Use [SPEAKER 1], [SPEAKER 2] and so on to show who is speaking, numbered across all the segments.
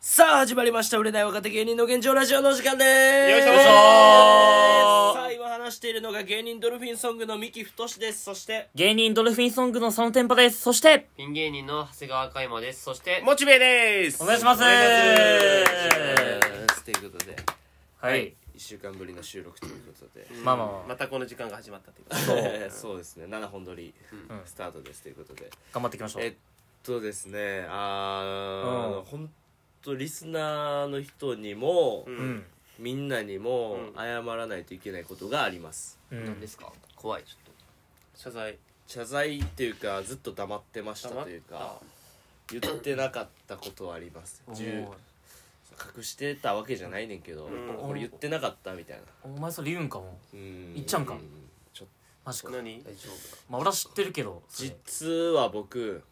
[SPEAKER 1] さあ、始まりました。売れない若手芸人の現状ラジオのお時間でーす。
[SPEAKER 2] よいしょよいしょ
[SPEAKER 1] さあ、今話しているのが芸人ドルフィンソングの三木太志です。そして、
[SPEAKER 3] 芸人ドルフィンソングのそのテンパです。そして、
[SPEAKER 4] ピン芸人の長谷川嘉馬です。そして、
[SPEAKER 2] モチベです
[SPEAKER 3] お願いします。
[SPEAKER 2] ということで
[SPEAKER 3] はい。
[SPEAKER 2] 1週間ぶりの収録ということで
[SPEAKER 3] まあまあまあ、
[SPEAKER 2] またこの時間が始まったということ
[SPEAKER 3] そう
[SPEAKER 2] でそうですね7本撮りスタートですということで
[SPEAKER 3] 頑張っていきましょ
[SPEAKER 2] え
[SPEAKER 3] う
[SPEAKER 2] っ。とですねあー
[SPEAKER 3] うん
[SPEAKER 2] ほんとリスナーの人にも
[SPEAKER 3] うん。
[SPEAKER 2] みんなにも
[SPEAKER 4] うん
[SPEAKER 2] 謝らないといけないことがあります
[SPEAKER 3] う
[SPEAKER 4] 何
[SPEAKER 3] ん
[SPEAKER 4] で。すか怖い、ちょっ
[SPEAKER 2] 謝罪謝罪っていうかずっと黙ってましたというか言ってなかったことはあります
[SPEAKER 3] お
[SPEAKER 2] 十
[SPEAKER 3] ー
[SPEAKER 2] 隠してたわけじゃないねんけど、
[SPEAKER 4] ん
[SPEAKER 2] これ言ってなかったみたいな、
[SPEAKER 3] お前それ言うんかも。
[SPEAKER 2] うん
[SPEAKER 3] 言っちゃうんか
[SPEAKER 2] ちょっと
[SPEAKER 3] マジか
[SPEAKER 4] と。。何大丈夫
[SPEAKER 3] まあ俺は知ってるけど。それ
[SPEAKER 2] 実は僕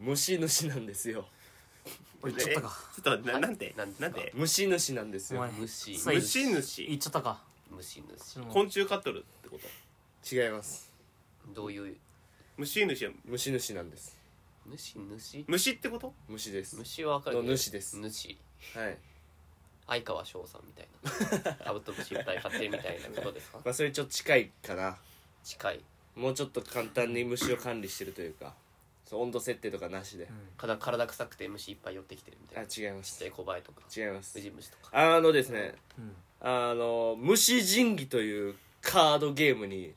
[SPEAKER 2] 虫主なんですよ
[SPEAKER 3] 俺言っちゃったか。
[SPEAKER 5] ちょっとななんてな
[SPEAKER 4] な
[SPEAKER 5] んん
[SPEAKER 4] ですか
[SPEAKER 5] て
[SPEAKER 2] 虫主なんです
[SPEAKER 3] お
[SPEAKER 2] よ
[SPEAKER 3] 前、
[SPEAKER 4] 虫
[SPEAKER 3] そう
[SPEAKER 5] 虫
[SPEAKER 3] 言っ
[SPEAKER 5] 主
[SPEAKER 3] ちゃったか。
[SPEAKER 4] 虫主。
[SPEAKER 3] こ
[SPEAKER 5] 昆
[SPEAKER 3] ん
[SPEAKER 5] 虫飼っとるってこと
[SPEAKER 2] 違います
[SPEAKER 4] どういう、
[SPEAKER 5] 虫主は
[SPEAKER 2] 虫主なんです
[SPEAKER 4] 虫主
[SPEAKER 5] 虫ってこと
[SPEAKER 2] 虫です
[SPEAKER 4] 虫はわかるけど
[SPEAKER 2] の主です
[SPEAKER 4] 主。
[SPEAKER 2] はい
[SPEAKER 4] 相川翔さんみたいな。カブトムシいっぱい飼ってるみたいなことですか
[SPEAKER 2] まあそれちょっと近いかな
[SPEAKER 4] 近い。
[SPEAKER 2] もうちょっと簡単に虫を管理してるというかそう温度設定とかなしで、
[SPEAKER 4] かな体臭くて虫いっぱい寄ってきてるみた
[SPEAKER 2] あ
[SPEAKER 4] いな。ちっ
[SPEAKER 2] 違います
[SPEAKER 4] ちゃいコバエとか、
[SPEAKER 2] 違います
[SPEAKER 4] ウジ虫とか。
[SPEAKER 2] あのですね、
[SPEAKER 3] ん
[SPEAKER 2] あの虫神器というカードゲームに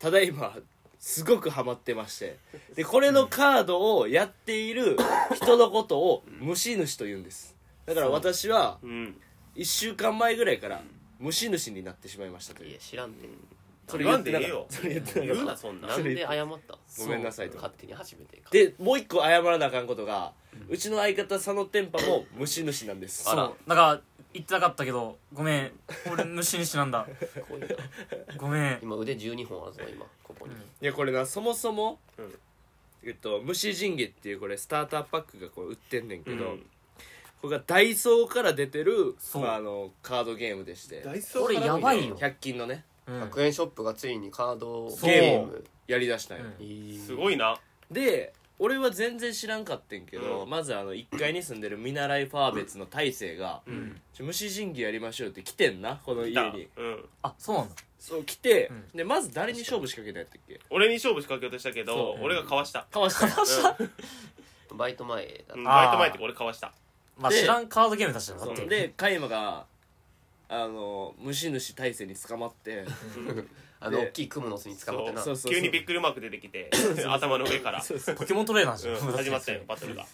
[SPEAKER 2] ただいますごくハマってましてでこれのカードをやっている人のことを虫主と言うんですだから私は
[SPEAKER 5] うん
[SPEAKER 2] 1週間前ぐらいから虫主になってしまいましたと
[SPEAKER 4] い
[SPEAKER 2] い
[SPEAKER 4] や、
[SPEAKER 2] う
[SPEAKER 4] 知らんて。
[SPEAKER 2] そ
[SPEAKER 5] 言わん
[SPEAKER 2] てな
[SPEAKER 5] でえ
[SPEAKER 2] か
[SPEAKER 5] えよ
[SPEAKER 2] ったそれ言ってな
[SPEAKER 5] 言う
[SPEAKER 2] かっ
[SPEAKER 5] なそんな
[SPEAKER 4] なんで謝った
[SPEAKER 2] たごめんなさいと
[SPEAKER 4] 勝手に初めてか。
[SPEAKER 2] でもう一個謝らなあかんことがうちの相方佐野天パも虫主なんです
[SPEAKER 3] そう。だから、言ってなかったけど、ごめん。俺虫主なんだ。
[SPEAKER 4] こういうの
[SPEAKER 3] ごめん。
[SPEAKER 4] 今腕12本あるぞ、今、ここに。
[SPEAKER 2] いやこれなそもそも、
[SPEAKER 5] ん
[SPEAKER 2] えっと、虫神器っていうこれスターターパックがこう売ってんねんけど、
[SPEAKER 5] うん
[SPEAKER 2] これがダイソーから出てる、
[SPEAKER 3] そう
[SPEAKER 2] まあ、あのカードゲームでして
[SPEAKER 5] ダイソー
[SPEAKER 3] これやばいよ。
[SPEAKER 2] 100均のね
[SPEAKER 3] うん。
[SPEAKER 4] 円ショップがついにカード
[SPEAKER 3] そう
[SPEAKER 4] ム。
[SPEAKER 2] やりだしたんよ、
[SPEAKER 3] うん
[SPEAKER 5] すごいな
[SPEAKER 2] で俺は全然知らんかってんけど、
[SPEAKER 5] うん
[SPEAKER 2] まずあの1階に住んでる見習いファーベツの大勢が、ちょ虫神器やりましょう」って来てんなこの家に
[SPEAKER 5] うん
[SPEAKER 3] あ、そうなんだ。
[SPEAKER 2] そう来て、
[SPEAKER 3] ん
[SPEAKER 2] でまず誰に勝負しかけたやったっけ
[SPEAKER 5] 俺に勝負仕掛けようとしたけど
[SPEAKER 2] そう
[SPEAKER 5] 俺がかわした
[SPEAKER 2] かわした
[SPEAKER 4] バイト前だ
[SPEAKER 5] うん
[SPEAKER 3] あ
[SPEAKER 5] バイ
[SPEAKER 3] ー
[SPEAKER 5] ト前って俺かわした
[SPEAKER 3] まあ
[SPEAKER 2] で
[SPEAKER 3] 知らんカードゲームだしな。だ
[SPEAKER 2] そ
[SPEAKER 3] っ
[SPEAKER 2] う
[SPEAKER 3] て。
[SPEAKER 2] で加山があの虫主大勢に捕まって
[SPEAKER 4] あの
[SPEAKER 2] で
[SPEAKER 4] 大きいクモの巣に捕まってな
[SPEAKER 2] そ
[SPEAKER 5] そうう
[SPEAKER 2] そう
[SPEAKER 5] 急にびっくりマーク出てきて頭の上から
[SPEAKER 3] ポケモントレーナーじ
[SPEAKER 5] う
[SPEAKER 3] ゃ
[SPEAKER 5] ん
[SPEAKER 3] ん。
[SPEAKER 5] 始まったよバトルが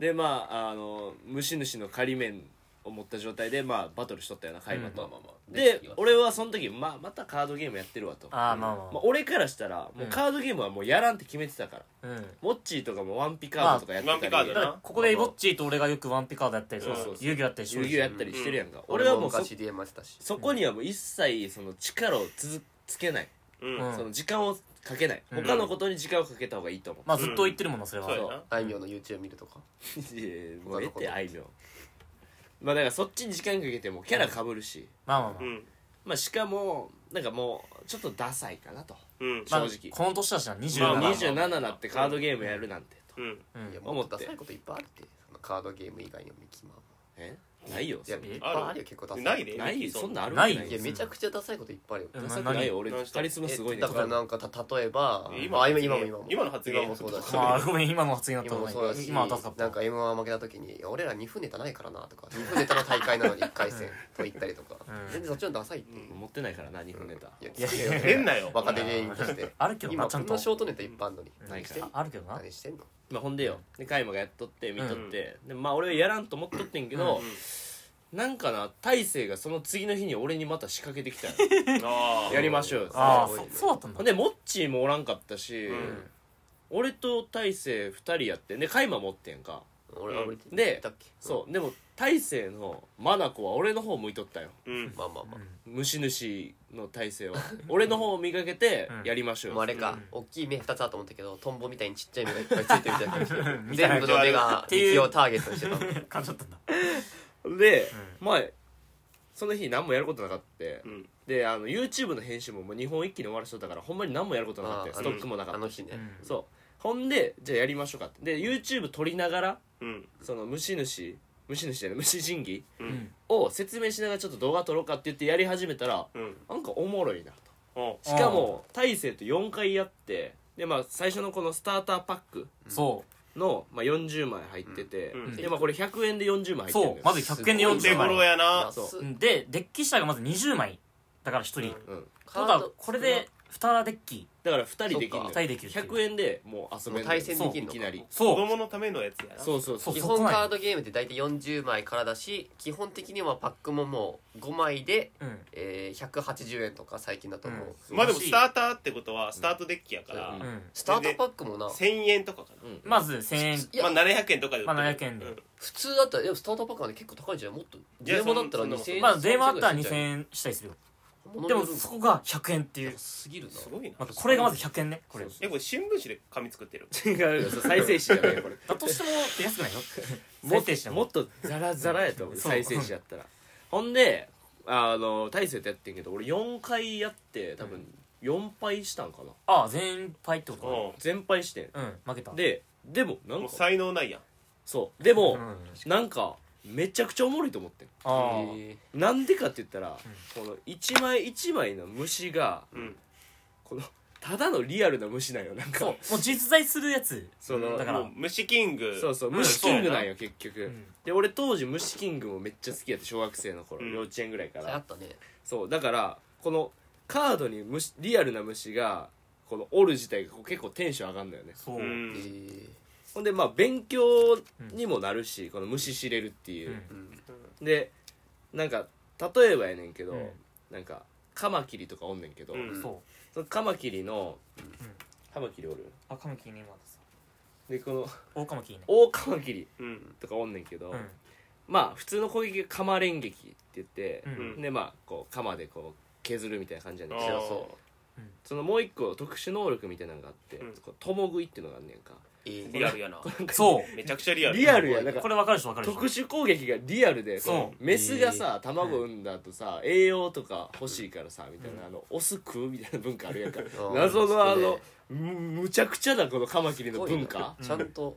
[SPEAKER 2] でまああの虫主の仮面を持った状態で、まあ、バトルしとったような海馬と、
[SPEAKER 4] まあまあまあ
[SPEAKER 2] で俺はその時、まあ、またカードゲームやってるわと
[SPEAKER 3] ああ、まあまあ
[SPEAKER 2] まあ、俺からしたらもうカードゲームはもうやらんって決めてたから、
[SPEAKER 3] まあ。うん。
[SPEAKER 2] モッチーとかもワンピカードとかやってたり、
[SPEAKER 5] まあワンピカード
[SPEAKER 3] だ
[SPEAKER 5] な
[SPEAKER 3] から ここでイボッチーと俺がよくワンピカードやったりとか
[SPEAKER 2] そうそうそう
[SPEAKER 3] 遊戯やったりし
[SPEAKER 2] 遊
[SPEAKER 3] てる
[SPEAKER 2] 戯
[SPEAKER 3] し
[SPEAKER 2] 王やったりしてるやんか、俺
[SPEAKER 4] 俺
[SPEAKER 2] は
[SPEAKER 4] はも
[SPEAKER 2] も
[SPEAKER 4] う
[SPEAKER 2] うそ
[SPEAKER 4] 昔 DM やってたし
[SPEAKER 2] そこにはもう一切その力をつづつけない、
[SPEAKER 5] うん
[SPEAKER 3] うん
[SPEAKER 2] その時間をかけない、
[SPEAKER 3] うん
[SPEAKER 2] 他のことに時間をかけた方がいいと思う、
[SPEAKER 3] まあずっと言ってるもんなそれは
[SPEAKER 5] そうや
[SPEAKER 2] そ
[SPEAKER 5] な
[SPEAKER 4] あいみょんの YouTube 見るとか
[SPEAKER 2] いやいやもうええってあいみょんまあだからそっちに時間かけてもキャラかぶるし、
[SPEAKER 3] まあまあまあ
[SPEAKER 5] うん
[SPEAKER 2] まあしかもなんかもうちょっとダサいかなと
[SPEAKER 5] うん
[SPEAKER 2] まあ
[SPEAKER 3] まあ
[SPEAKER 2] 正直
[SPEAKER 3] この年だしな
[SPEAKER 5] まあ
[SPEAKER 3] 27
[SPEAKER 5] まあ
[SPEAKER 2] 27になってカードゲームやるなんてと、
[SPEAKER 5] うん
[SPEAKER 3] うん
[SPEAKER 4] いや
[SPEAKER 2] 思
[SPEAKER 4] も
[SPEAKER 2] っ
[SPEAKER 4] ってとダサいこといっぱいあるってそのカードゲーム以外のミキマ
[SPEAKER 2] えないよ
[SPEAKER 4] いや
[SPEAKER 2] そん
[SPEAKER 4] いっぱい
[SPEAKER 5] ある
[SPEAKER 4] あるよ結構ダサい
[SPEAKER 5] ないで
[SPEAKER 2] ないそんなんある
[SPEAKER 3] ない
[SPEAKER 2] わけ
[SPEAKER 4] いやめちゃくちゃダサいこといっぱいあるよ
[SPEAKER 3] うん
[SPEAKER 2] ダサくないよ俺
[SPEAKER 5] 何
[SPEAKER 2] カリスマすごい
[SPEAKER 4] え
[SPEAKER 2] ね
[SPEAKER 4] だからなんかた例えば
[SPEAKER 5] え
[SPEAKER 4] まあ今も今も
[SPEAKER 5] 今の発言
[SPEAKER 4] 今もそうだし
[SPEAKER 3] まあごめん今の発言だった
[SPEAKER 4] 今
[SPEAKER 3] の
[SPEAKER 4] も
[SPEAKER 3] に
[SPEAKER 4] そうだし
[SPEAKER 3] 今はダサかった
[SPEAKER 4] なんか m 1負けた時にいや「俺ら2分ネタないからな」とか2分ネタの大会なのに1回戦と言ったりとか
[SPEAKER 3] ん
[SPEAKER 4] 全然そっちの方がダサいっていう
[SPEAKER 2] 持ってないからな日本ネタ
[SPEAKER 4] いや
[SPEAKER 3] や
[SPEAKER 4] 失礼よ
[SPEAKER 5] 変なよ
[SPEAKER 4] 若手芸人として
[SPEAKER 3] あるけどな
[SPEAKER 4] 今
[SPEAKER 3] ちゃ
[SPEAKER 4] こ
[SPEAKER 3] ん
[SPEAKER 4] ん
[SPEAKER 3] と
[SPEAKER 4] なショートネタいっぱいあるのに
[SPEAKER 2] ない
[SPEAKER 4] 何してんの
[SPEAKER 3] あるけどな
[SPEAKER 4] 何してんの
[SPEAKER 2] まあほんでよで加山がやっとって見とって、でまあ俺はやらんと思っとってんけど、なんかな大勢がその次の日に俺にまた仕掛けてきたよ
[SPEAKER 5] あー
[SPEAKER 2] やりましょうよ
[SPEAKER 3] ああ
[SPEAKER 4] すごい
[SPEAKER 3] そ
[SPEAKER 4] ね
[SPEAKER 3] そうだったんだ
[SPEAKER 2] ほんでモッチーもおらんかったし、
[SPEAKER 5] うん
[SPEAKER 2] 俺と大勢2人やってんで加山持ってんか
[SPEAKER 4] 俺は俺って
[SPEAKER 2] で
[SPEAKER 4] 言ったっけ
[SPEAKER 2] そうでも大勢のマナコは俺の方向いとったよ
[SPEAKER 5] うん
[SPEAKER 4] まあまあまあ
[SPEAKER 2] 虫主の大勢 は俺の方を見かけて
[SPEAKER 3] うん
[SPEAKER 2] やりましょう
[SPEAKER 4] で
[SPEAKER 2] よ
[SPEAKER 4] もあれか大きい目2つあると思ったけどトンボみたいにちっちゃい目がいっぱいついてるみたいな感じ で
[SPEAKER 3] みたいな
[SPEAKER 4] 全部の目が
[SPEAKER 3] っていう
[SPEAKER 4] 敵をターゲットにしてたの
[SPEAKER 3] 感じだったんだ
[SPEAKER 2] で、まあその日何もやることなかった、
[SPEAKER 5] ん
[SPEAKER 2] であの YouTube の編集ももう日本一気に終わらせとったからほんまに何もやることなかったよ
[SPEAKER 4] あ
[SPEAKER 2] ストックもなか
[SPEAKER 4] あ
[SPEAKER 2] った
[SPEAKER 4] の日ね
[SPEAKER 3] うん
[SPEAKER 2] そうほんでじゃあやりましょうかってで YouTube 撮りながら
[SPEAKER 5] うん
[SPEAKER 2] その虫主虫主じゃない虫神器
[SPEAKER 5] うん
[SPEAKER 2] を説明しながらちょっと動画撮ろうかって言ってやり始めたら
[SPEAKER 5] うん
[SPEAKER 2] なんかおもろいなと
[SPEAKER 5] お
[SPEAKER 2] しかも大勢と4回やってでまあ最初のこのスターターパック
[SPEAKER 3] そ
[SPEAKER 2] の、まあ、40枚入ってて、
[SPEAKER 5] うん
[SPEAKER 2] でまあこれ100円で40枚入
[SPEAKER 3] う
[SPEAKER 2] ってるん
[SPEAKER 3] そうまず100円で
[SPEAKER 5] お手
[SPEAKER 3] 40
[SPEAKER 5] 頃
[SPEAKER 3] 枚
[SPEAKER 5] やな
[SPEAKER 2] そう
[SPEAKER 4] 安
[SPEAKER 3] う
[SPEAKER 4] い
[SPEAKER 3] んでデッキ下がまず20枚だから1人、
[SPEAKER 5] うん
[SPEAKER 3] ってこ
[SPEAKER 2] うん、
[SPEAKER 4] カ
[SPEAKER 3] と
[SPEAKER 4] ー
[SPEAKER 3] は
[SPEAKER 4] ド
[SPEAKER 3] これで2デッキ
[SPEAKER 2] だから2人できるの
[SPEAKER 4] そ
[SPEAKER 2] よ
[SPEAKER 4] っ
[SPEAKER 3] か二人できるっていう
[SPEAKER 2] 100円でもう遊べ
[SPEAKER 4] も
[SPEAKER 2] るの
[SPEAKER 4] う対戦でき
[SPEAKER 2] い
[SPEAKER 4] るのか
[SPEAKER 2] きなり
[SPEAKER 5] 子
[SPEAKER 3] そう
[SPEAKER 5] 供のためのやつやな
[SPEAKER 2] そうそうそう
[SPEAKER 3] そう
[SPEAKER 4] 基本カードゲームって大体40枚からだし基本的にはパックももう5枚で、
[SPEAKER 3] うん
[SPEAKER 4] えー、180円とか最近だと思う、
[SPEAKER 3] うん
[SPEAKER 5] まあでもスターターってことはスタートデッキやか
[SPEAKER 2] う
[SPEAKER 5] ら
[SPEAKER 2] ん
[SPEAKER 3] うん
[SPEAKER 4] スタートパックもな
[SPEAKER 5] 1000円とかかな
[SPEAKER 2] うん
[SPEAKER 3] まず1000円
[SPEAKER 4] いや、
[SPEAKER 5] まあ700円とかで売ってる
[SPEAKER 3] まあ700円で
[SPEAKER 5] うん
[SPEAKER 4] 普通だったらでもスタートパックはね結構高いんじゃないもっと
[SPEAKER 5] いや
[SPEAKER 4] 電話だったら
[SPEAKER 5] そんな
[SPEAKER 4] 2000円
[SPEAKER 3] まあ電話あったら2000
[SPEAKER 4] 3000
[SPEAKER 3] 円したりするよ
[SPEAKER 4] 円
[SPEAKER 3] でもそこが100円っていう
[SPEAKER 4] すぎるな
[SPEAKER 5] すごいな
[SPEAKER 3] またこれがまず100円ねこれ
[SPEAKER 5] えこれ新聞紙で紙作ってる
[SPEAKER 2] 違うよ そう再生紙じゃないよこれ
[SPEAKER 3] だとしても安くないよ
[SPEAKER 2] も
[SPEAKER 3] 再生して
[SPEAKER 2] も
[SPEAKER 3] も
[SPEAKER 2] っとザラザラやと思う
[SPEAKER 3] そう
[SPEAKER 2] 再生紙やったらほんであの大勢とやってんけど俺4回やって多分4敗したんかな
[SPEAKER 3] ああ全敗ってこ
[SPEAKER 5] う
[SPEAKER 2] 全敗して
[SPEAKER 3] とうん負けた
[SPEAKER 2] んででもなん
[SPEAKER 5] んもう
[SPEAKER 2] か
[SPEAKER 5] 才能ないやん
[SPEAKER 2] そうで
[SPEAKER 3] う
[SPEAKER 2] も
[SPEAKER 3] ん
[SPEAKER 2] なんかめちゃくちゃおもろいと思ってん
[SPEAKER 3] ああ
[SPEAKER 4] え
[SPEAKER 2] なんでかって言ったら、この一枚一枚の虫が
[SPEAKER 5] うん
[SPEAKER 2] このただのリアルな虫なんよなん
[SPEAKER 3] そう
[SPEAKER 2] か
[SPEAKER 3] もう実在するやつ
[SPEAKER 2] その
[SPEAKER 3] だから
[SPEAKER 5] もう虫キング
[SPEAKER 2] そうそう
[SPEAKER 3] うん
[SPEAKER 2] 虫キングなんよ結局、
[SPEAKER 3] ん
[SPEAKER 2] で俺当時虫キングもめっちゃ好きやって小学生の頃、
[SPEAKER 5] うん
[SPEAKER 2] 幼稚園ぐらいか
[SPEAKER 4] ー、あ
[SPEAKER 2] ら
[SPEAKER 4] ったね
[SPEAKER 2] そうだからこのカードに虫リアルな虫がこのおる自体がこう結構テンション上がるんだよね
[SPEAKER 3] そうううん
[SPEAKER 4] え
[SPEAKER 5] ん
[SPEAKER 4] ー
[SPEAKER 2] ほんでまあ勉強にもなるし、この虫知れるっていう、
[SPEAKER 4] うん
[SPEAKER 2] でなんか例えばやねんけど、
[SPEAKER 3] うん
[SPEAKER 2] なんかカマキリとかおんねんけど、
[SPEAKER 5] うん
[SPEAKER 3] そう
[SPEAKER 2] そのカマキリの、カマキリおる
[SPEAKER 3] あカマキリねまださ
[SPEAKER 2] でこの
[SPEAKER 3] 大カマキリね
[SPEAKER 2] 大カマキリ
[SPEAKER 5] うん
[SPEAKER 2] とかおんねんけど、
[SPEAKER 3] うん
[SPEAKER 2] まあ普通の攻撃がカマ連撃って言って
[SPEAKER 3] う、
[SPEAKER 5] ん
[SPEAKER 2] でまあこう鎌でこう削るみたいな感じなんだけ
[SPEAKER 5] あ
[SPEAKER 2] ど
[SPEAKER 5] ー
[SPEAKER 4] そう
[SPEAKER 2] そのもう一個特殊能力みたいなのがあって、
[SPEAKER 5] うん
[SPEAKER 2] こう共食いっていうのがあんねんか
[SPEAKER 4] えー
[SPEAKER 5] リアルやな
[SPEAKER 3] そ
[SPEAKER 5] めちゃくちゃリアル
[SPEAKER 2] リアルやなん
[SPEAKER 3] う
[SPEAKER 2] か
[SPEAKER 3] これ分かる人分かる人
[SPEAKER 2] 特殊攻撃がリアルで
[SPEAKER 3] そう
[SPEAKER 2] こメスがさ卵産んだ後さ栄養とか欲しいからさみたいなあのオス食うみたいな文化あるやんか
[SPEAKER 4] ー
[SPEAKER 2] 謎のあ
[SPEAKER 4] そう
[SPEAKER 2] の
[SPEAKER 4] ね
[SPEAKER 2] むむちゃくちゃなこのカマキリ
[SPEAKER 4] す
[SPEAKER 2] の
[SPEAKER 4] ごいな
[SPEAKER 2] 文化
[SPEAKER 4] ちゃんと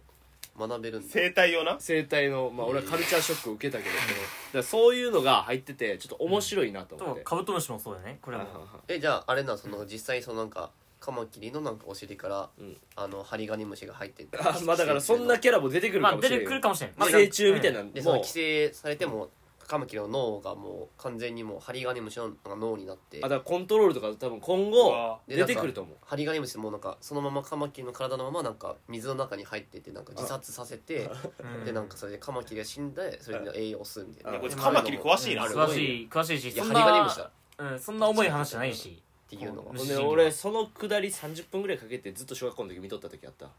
[SPEAKER 4] 学べるんだ
[SPEAKER 5] 生態用な
[SPEAKER 2] 生態のまあ俺はカルチャーショックを受けたけどだからそういうのが入っててちょっと面白いなと思っ
[SPEAKER 3] と
[SPEAKER 2] て
[SPEAKER 3] カブトムシもそうだよねこれ
[SPEAKER 2] は
[SPEAKER 3] も
[SPEAKER 2] いはいはい
[SPEAKER 4] えじゃああれなその実際そのなんかカマキリのなんかお尻から、
[SPEAKER 2] うん
[SPEAKER 4] あのハリガニムシが入ってて
[SPEAKER 2] あまあだからそんなキャラも出てくる
[SPEAKER 3] ま
[SPEAKER 2] か
[SPEAKER 3] あ
[SPEAKER 2] もし
[SPEAKER 3] 出
[SPEAKER 2] れ
[SPEAKER 3] て
[SPEAKER 2] ん
[SPEAKER 3] くる
[SPEAKER 2] よ
[SPEAKER 3] かもしれない
[SPEAKER 2] 寄生虫みたいなの
[SPEAKER 4] でその
[SPEAKER 2] も
[SPEAKER 4] 寄生されてもカマキリの脳がもう完全にもうハリガニムシの脳になって
[SPEAKER 2] あだからコントロールとか多分今
[SPEAKER 5] う
[SPEAKER 2] 後
[SPEAKER 5] わ
[SPEAKER 4] で
[SPEAKER 2] 出てくると思う
[SPEAKER 4] ハリガニムシもなんかそのままカマキリの体のままなんか水の中に入っててなんか自殺させて
[SPEAKER 3] うん
[SPEAKER 4] でなんかそれでカマキリが死んでそれで栄養を吸うみたい
[SPEAKER 5] い
[SPEAKER 4] な
[SPEAKER 5] やこいつ
[SPEAKER 4] で
[SPEAKER 5] カマキリ詳しいな
[SPEAKER 4] ある
[SPEAKER 3] 詳しい詳しいし
[SPEAKER 4] いや
[SPEAKER 3] そ
[SPEAKER 4] ハ
[SPEAKER 3] ん
[SPEAKER 4] リガニムシだ
[SPEAKER 3] な
[SPEAKER 4] っ
[SPEAKER 3] うんそんな重い話じゃないして
[SPEAKER 4] いうのが
[SPEAKER 3] うん
[SPEAKER 2] ほん
[SPEAKER 3] 虫
[SPEAKER 2] で
[SPEAKER 3] 神
[SPEAKER 2] 俺そのくだり30分ぐらいかけてずっと小学校の時見とった時あった